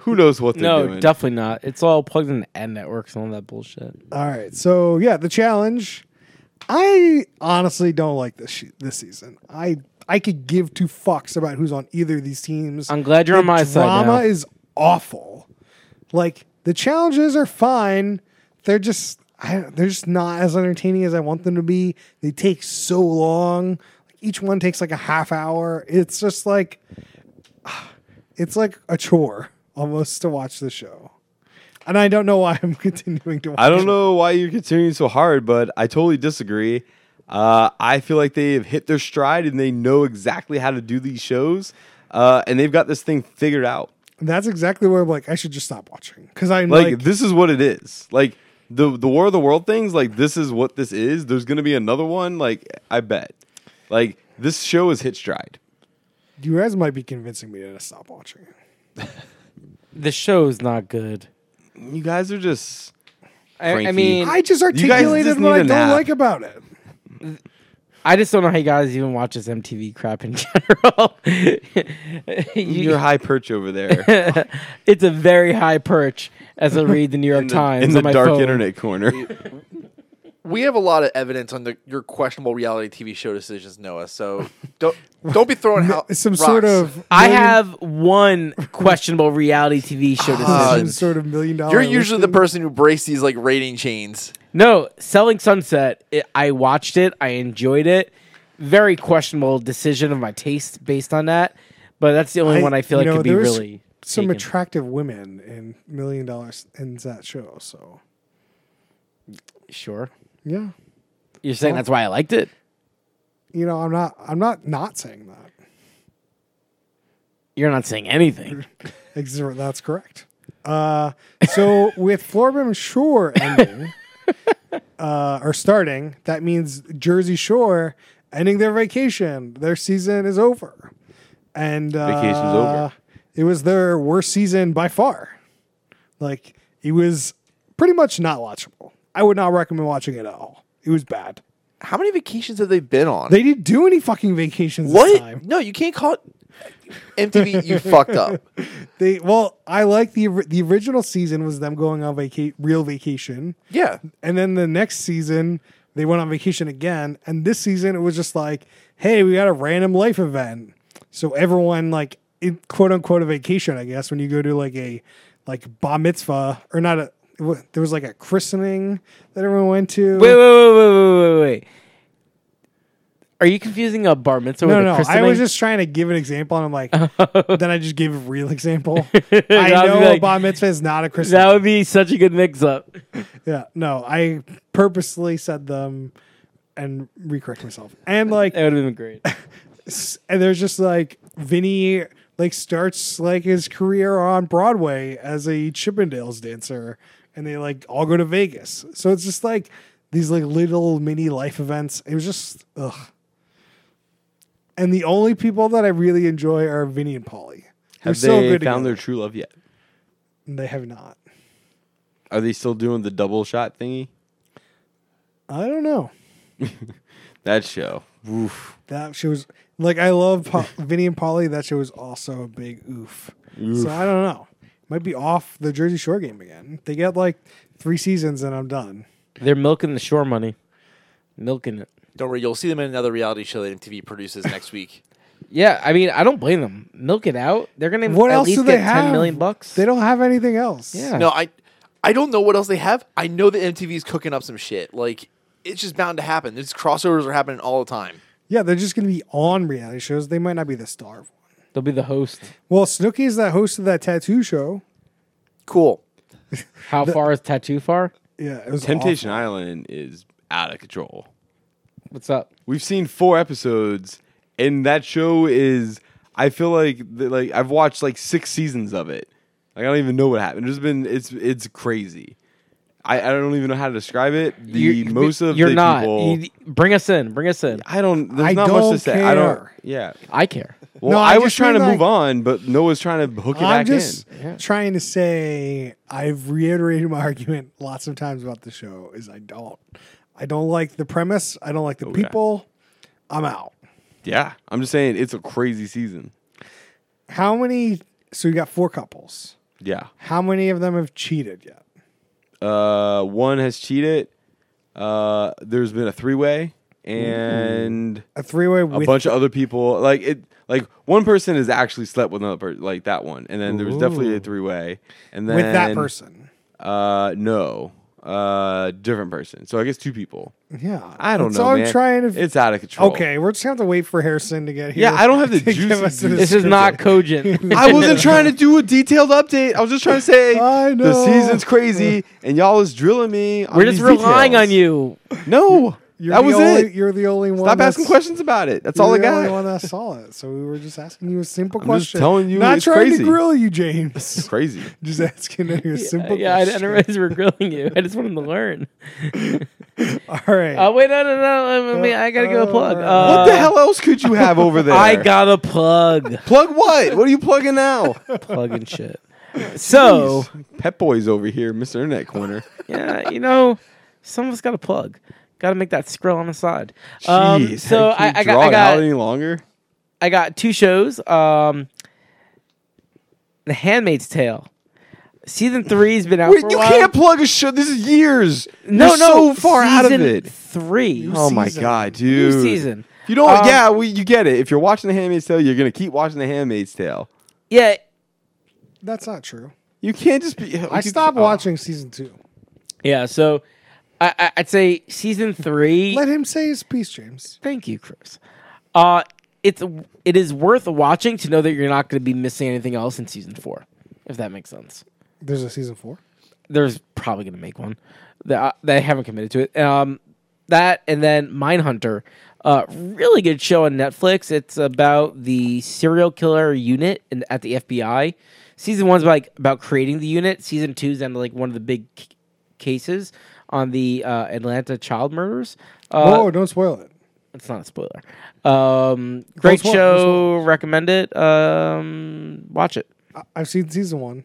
D: Who knows what they're
B: No,
D: doing?
B: definitely not. It's all plugged into ad networks and all that bullshit.
A: All right. So yeah, the challenge. I honestly don't like this sh- this season. I I could give two fucks about who's on either of these teams.
B: I'm glad you're
A: The
B: on my side
A: Drama
B: now.
A: is awful. Like the challenges are fine. They're just I, don't- they're just not as entertaining as I want them to be. They take so long. Each one takes like a half hour. It's just like *sighs* it's like a chore almost to watch the show. And I don't know why I'm *laughs* continuing to watch
D: I don't
A: it.
D: know why you're continuing so hard, but I totally disagree. Uh, I feel like they have hit their stride and they know exactly how to do these shows, uh, and they've got this thing figured out.
A: That's exactly where I'm like, I should just stop watching because I'm
D: Like,
A: like,
D: this is what it is. Like the the War of the World things. Like this is what this is. There's gonna be another one. Like I bet. Like this show has hit stride.
A: you guys might be convincing me to stop watching.
B: The show's not good.
D: You guys are just.
B: I, I
D: Frankie.
B: mean,
A: I just
D: guys just
A: articulated
D: need
A: what I
D: a
A: don't
D: nap.
A: like about it.
B: I just don't know how you guys even watch this MTV crap in *laughs* general.
D: *laughs* You're
B: you,
D: high perch over *laughs* there
B: it's a very high perch as I read the New York
D: in the,
B: Times
D: in the
B: on my
D: dark
B: phone.
D: internet corner.
C: We have a lot of evidence on the, your questionable reality TV show decisions, Noah.
A: *laughs*
C: So don't don't be throwing out
A: Some sort
C: rocks.
A: of
B: I
A: million-
B: have one questionable reality TV
A: some
B: show decision.
A: sort of million dollar.
C: You're usually the
A: listing.
C: person who breaks these like rating chains.
B: no, Selling Sunset. It, I watched it. I enjoyed it. Very questionable decision of my taste based on that, but that's the only one I feel
A: you
B: like
A: know,
B: could be
A: there was
B: really
A: some
B: taken.
A: attractive women in million dollars in that show. So
B: sure.
A: yeah,
B: You're saying that's why I liked it.
A: you know, I'm not, I'm not not saying that.
B: You're not saying anything.
A: Ex- That's correct. Uh, so *laughs* with Floribam Shore ending *laughs* uh, or starting, that means Jersey Shore ending their vacation. Their season is over, and uh,
D: Vacation's over.
A: It was their worst season by far. Like it was pretty much not watchable. I would not recommend watching it at all. It was bad.
C: How many vacations have they been on?
A: They didn't do any fucking vacations. This
C: what?
A: time.
C: No, you can't call it
A: *laughs*
C: MTV. you fucked up.
A: They well, I like the or- the original season was them going on vaca- real vacation.
C: Yeah,
A: And then the next season, they went on vacation again. And this season, it was just like, hey, we got a random life event. So everyone, like, it, quote unquote, a vacation, I guess, when you go to like a like bar mitzvah or not a. it wa- There was like a christening that everyone went to.
B: Wait, wait, wait, wait, wait, wait, wait, wait. Are you confusing a bar mitzvah
A: no,
B: with
A: no,
B: a
A: I
B: christening?
A: was just trying to give an example, and I'm
B: *laughs*
A: like, then I just gave a real example. I
B: That'd
A: know
B: be
A: a
B: like-
A: bar mitzvah is not a christening.
B: That would be such a good mix-up.
A: Yeah, no, I purposely said them and recorrect myself. And like,
B: That would have been
D: *laughs*
B: great.
A: and there's just like Vinny like starts like his career on Broadway as a Chippendales dancer, and they like all go to Vegas. So it's just like these like little mini life events. It was just ugh. And the only people that I really enjoy are Vinny and Polly. They're
D: have
A: so
D: they
A: good
D: found
A: together.
D: their true love yet?
A: And they have not.
D: Are they still doing the double shot thingy?
A: I don't know.
D: That show. Oof.
A: That show was like I love po- Vinny and Polly. That show was also a big oof. So I don't know. Might be off the Jersey Shore game again. They get like three seasons and I'm done.
B: They're milking the shore money. Milking it.
C: *laughs* don't worry. You'll see them in another reality show that MTV produces next week.
B: Yeah, I mean, I don't blame them. Milk it out. They're gonna
A: What
B: at
A: else
B: least
A: do they
B: get
A: have?
B: ten million bucks.
A: They don't have anything else.
B: Yeah.
C: No, I I don't know what else they have. I know that MTV's cooking up some shit. Like it's just bound to happen. These crossovers are happening all the time.
A: Yeah, they're just going to be on reality shows. They might not be the star of one.
B: They'll be the host.
A: *laughs* Well, Snooki is that host of that tattoo show.
C: Cool.
B: How far is tattoo far?
A: Yeah, it was
D: Temptation Island is out of control.
B: What's up?
D: We've seen four episodes, and that show is. I feel like th- like I've watched like six seasons of it. Like I don't even know what happened. There's been it's it's crazy. I, I don't even know how to describe it. The
B: You're-
D: most of
B: you're
D: the
B: not.
D: people,
B: You- bring us in. Bring us in.
D: I don't. There's
A: I
D: not
A: don't
D: much to say. I don't.
A: care.
D: Yeah.
B: I
A: *laughs*
B: care.
D: Well,
A: No, I
D: I, was
A: just
D: trying to
A: mean,
D: move
A: like-
D: on, but Noah's trying to hook it
A: I'm
D: back
A: just
D: in.
A: trying to say I've reiterated my *laughs* argument lots of times about the show is I don't I don't like the premise. I don't like the
D: yeah.
A: people. I'm out.
D: Yeah, I'm just saying it's a crazy season.
A: How many so you got four couples.
D: Yeah.
A: How many of them have cheated yet?
D: Uh, one has cheated. Uh, there's been a three way and
A: A three way
D: a
A: with
D: bunch of other people. Like it, like one person has actually slept with another person, like that one. And then there was definitely a three way. And then
A: with that person.
D: Uh, no, uh, different person. So I guess two people.
A: Yeah.
D: I don't
A: That's
D: know.
A: all I'm
D: man.
A: trying to
D: It's out of control.
A: Okay, we're just gonna have to wait for Harrison to get here.
D: Yeah, I don't have
A: *laughs*
D: the
A: to
D: juicy
A: give us a
D: juice.
B: This is
A: description. *laughs*
B: not cogent. *laughs*
D: I wasn't trying to do a detailed update. I was just trying to say
A: I know.
D: the season's crazy and y'all is drilling me. on
B: We're just
D: these
B: relying
D: details.
B: on you.
D: No,
A: You're
D: that
A: the
D: was
A: only,
D: it.
A: You're the only one.
D: Stop
A: that's-
D: asking questions about it. That's
A: You're
D: all I
A: the only
D: got.
A: one that saw it, so we were just asking you a simple
D: I'm just
A: question.
D: telling you
A: not
D: it's
A: trying to
D: crazy.
A: grill you, James. *laughs*
D: Crazy.
A: just asking you a simple
B: *laughs* yeah, I, I
A: question.
B: didn't realize we were grilling you. I just wanted to learn.
A: All right,
B: Oh wait, no, no, no. I mean, I gotta go plug. Uh,
D: what the hell else could you have over
B: *laughs*
D: there?
B: I gotta plug,
D: plug what? What are you plugging now? *laughs*
B: plugging shit. So
D: Pet Boy's over here, Mr. Internet Corner.
B: yeah, you know, someone's got to plug. Got to make that skrill on the side. *laughs* um,
D: Jeez,
B: so
D: can
B: I,
D: you
B: I got,
D: draw
B: I
D: it out
B: got,
D: any longer.
B: I got two shows. Um, the Handmaid's Tale, season three's been out
D: Wait,
B: for a
D: you
B: while.
D: can't plug a show. This is years.
B: no,
D: You're
B: no,
D: so far out of
B: season
D: it.
B: Three.
D: Oh my
A: season.
D: god, dude!
B: season.
D: You don't.
B: Um,
D: yeah, we, you get it. If you're watching The Handmaid's Tale, you're gonna keep watching The Handmaid's Tale.
B: Yeah,
A: that's not true.
D: You Oh, can't just be.
A: I stopped
B: oh.
A: watching season two.
B: yeah. So I, I, I'd say season three.
A: Let him say his piece, James.
B: Thank you, Chris. Uh, it's it is worth watching to know that you're not going to be missing anything else in season four, if that makes sense.
A: There's a season four.
B: there's probably going to make one. They, uh, they haven't committed to it. Um, that and then Mindhunter, uh, really good show on Netflix. It's about the serial killer unit in, at the FBI. Season one's about, like about creating the unit. Season two's on like one of the big c- cases on the uh, Atlanta child murders. Uh,
A: Whoa! Oh, Don't spoil it.
B: it's not a spoiler. Um, great
A: spoil it, don't
B: show. Recommend it. Um, watch it.
A: I- I've seen season one.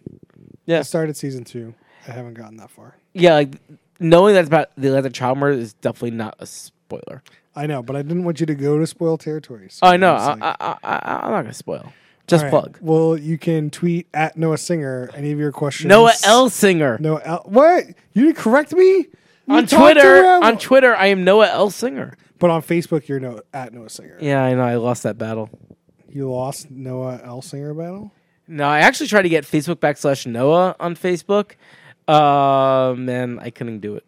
B: Yeah.
A: I started season two. I haven't gotten that far.
B: Yeah, like knowing that's about the Atlanta child murder is definitely not a spoiler.
A: I know, but I didn't want you to go to spoil territory. so
B: Oh, I know.
A: was
B: I,
A: like-
B: I, I, I, I'm not gonna spoil. Just
A: All right,
B: plug.
A: Well, you can tweet at Noah Singer any of your questions.
B: Noah L. Singer
A: Noah L. uh, What? You didn't correct me? You
B: on
A: talked to
B: Twitter.
A: him?
B: On Twitter, I am Noah L. Singer.
A: but on Facebook, you're Noah, at Noah Singer.
B: Yeah, I know. I lost that battle.
A: You lost Noah L. Singer battle? *laughs*
B: No, I actually tried to get Facebook backslash Noah on Facebook, um, and I couldn't do it.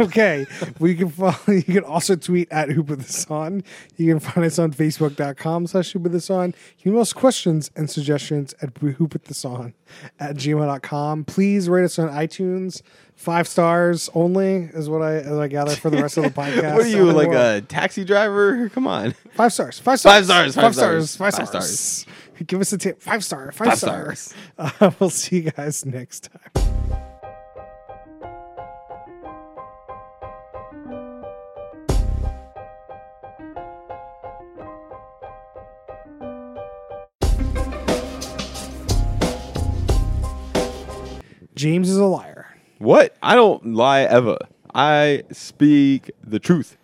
A: okay. We can follow. *laughs* You can also tweet at Hoop of the Sun. You can find us on Facebook.com slash Hoop of the Sun. You can email us questions and suggestions at Hoop of the Sun at gmail.com. Please rate us on iTunes. Five stars only is what I, as I gather for the rest
D: *laughs*
A: of the podcast.
D: What are you
A: Only
D: like
A: one.
D: a taxi driver? Come on.
A: Five stars. Five stars.
D: stars,
A: Five
D: five
A: stars.
D: stars,
A: Five
D: five
A: stars. Give us a tip. Five star. Five,
D: Five
A: stars. *laughs* Uh, we'll see you guys next time. James is a liar.
D: What? I don't lie ever. I speak the truth.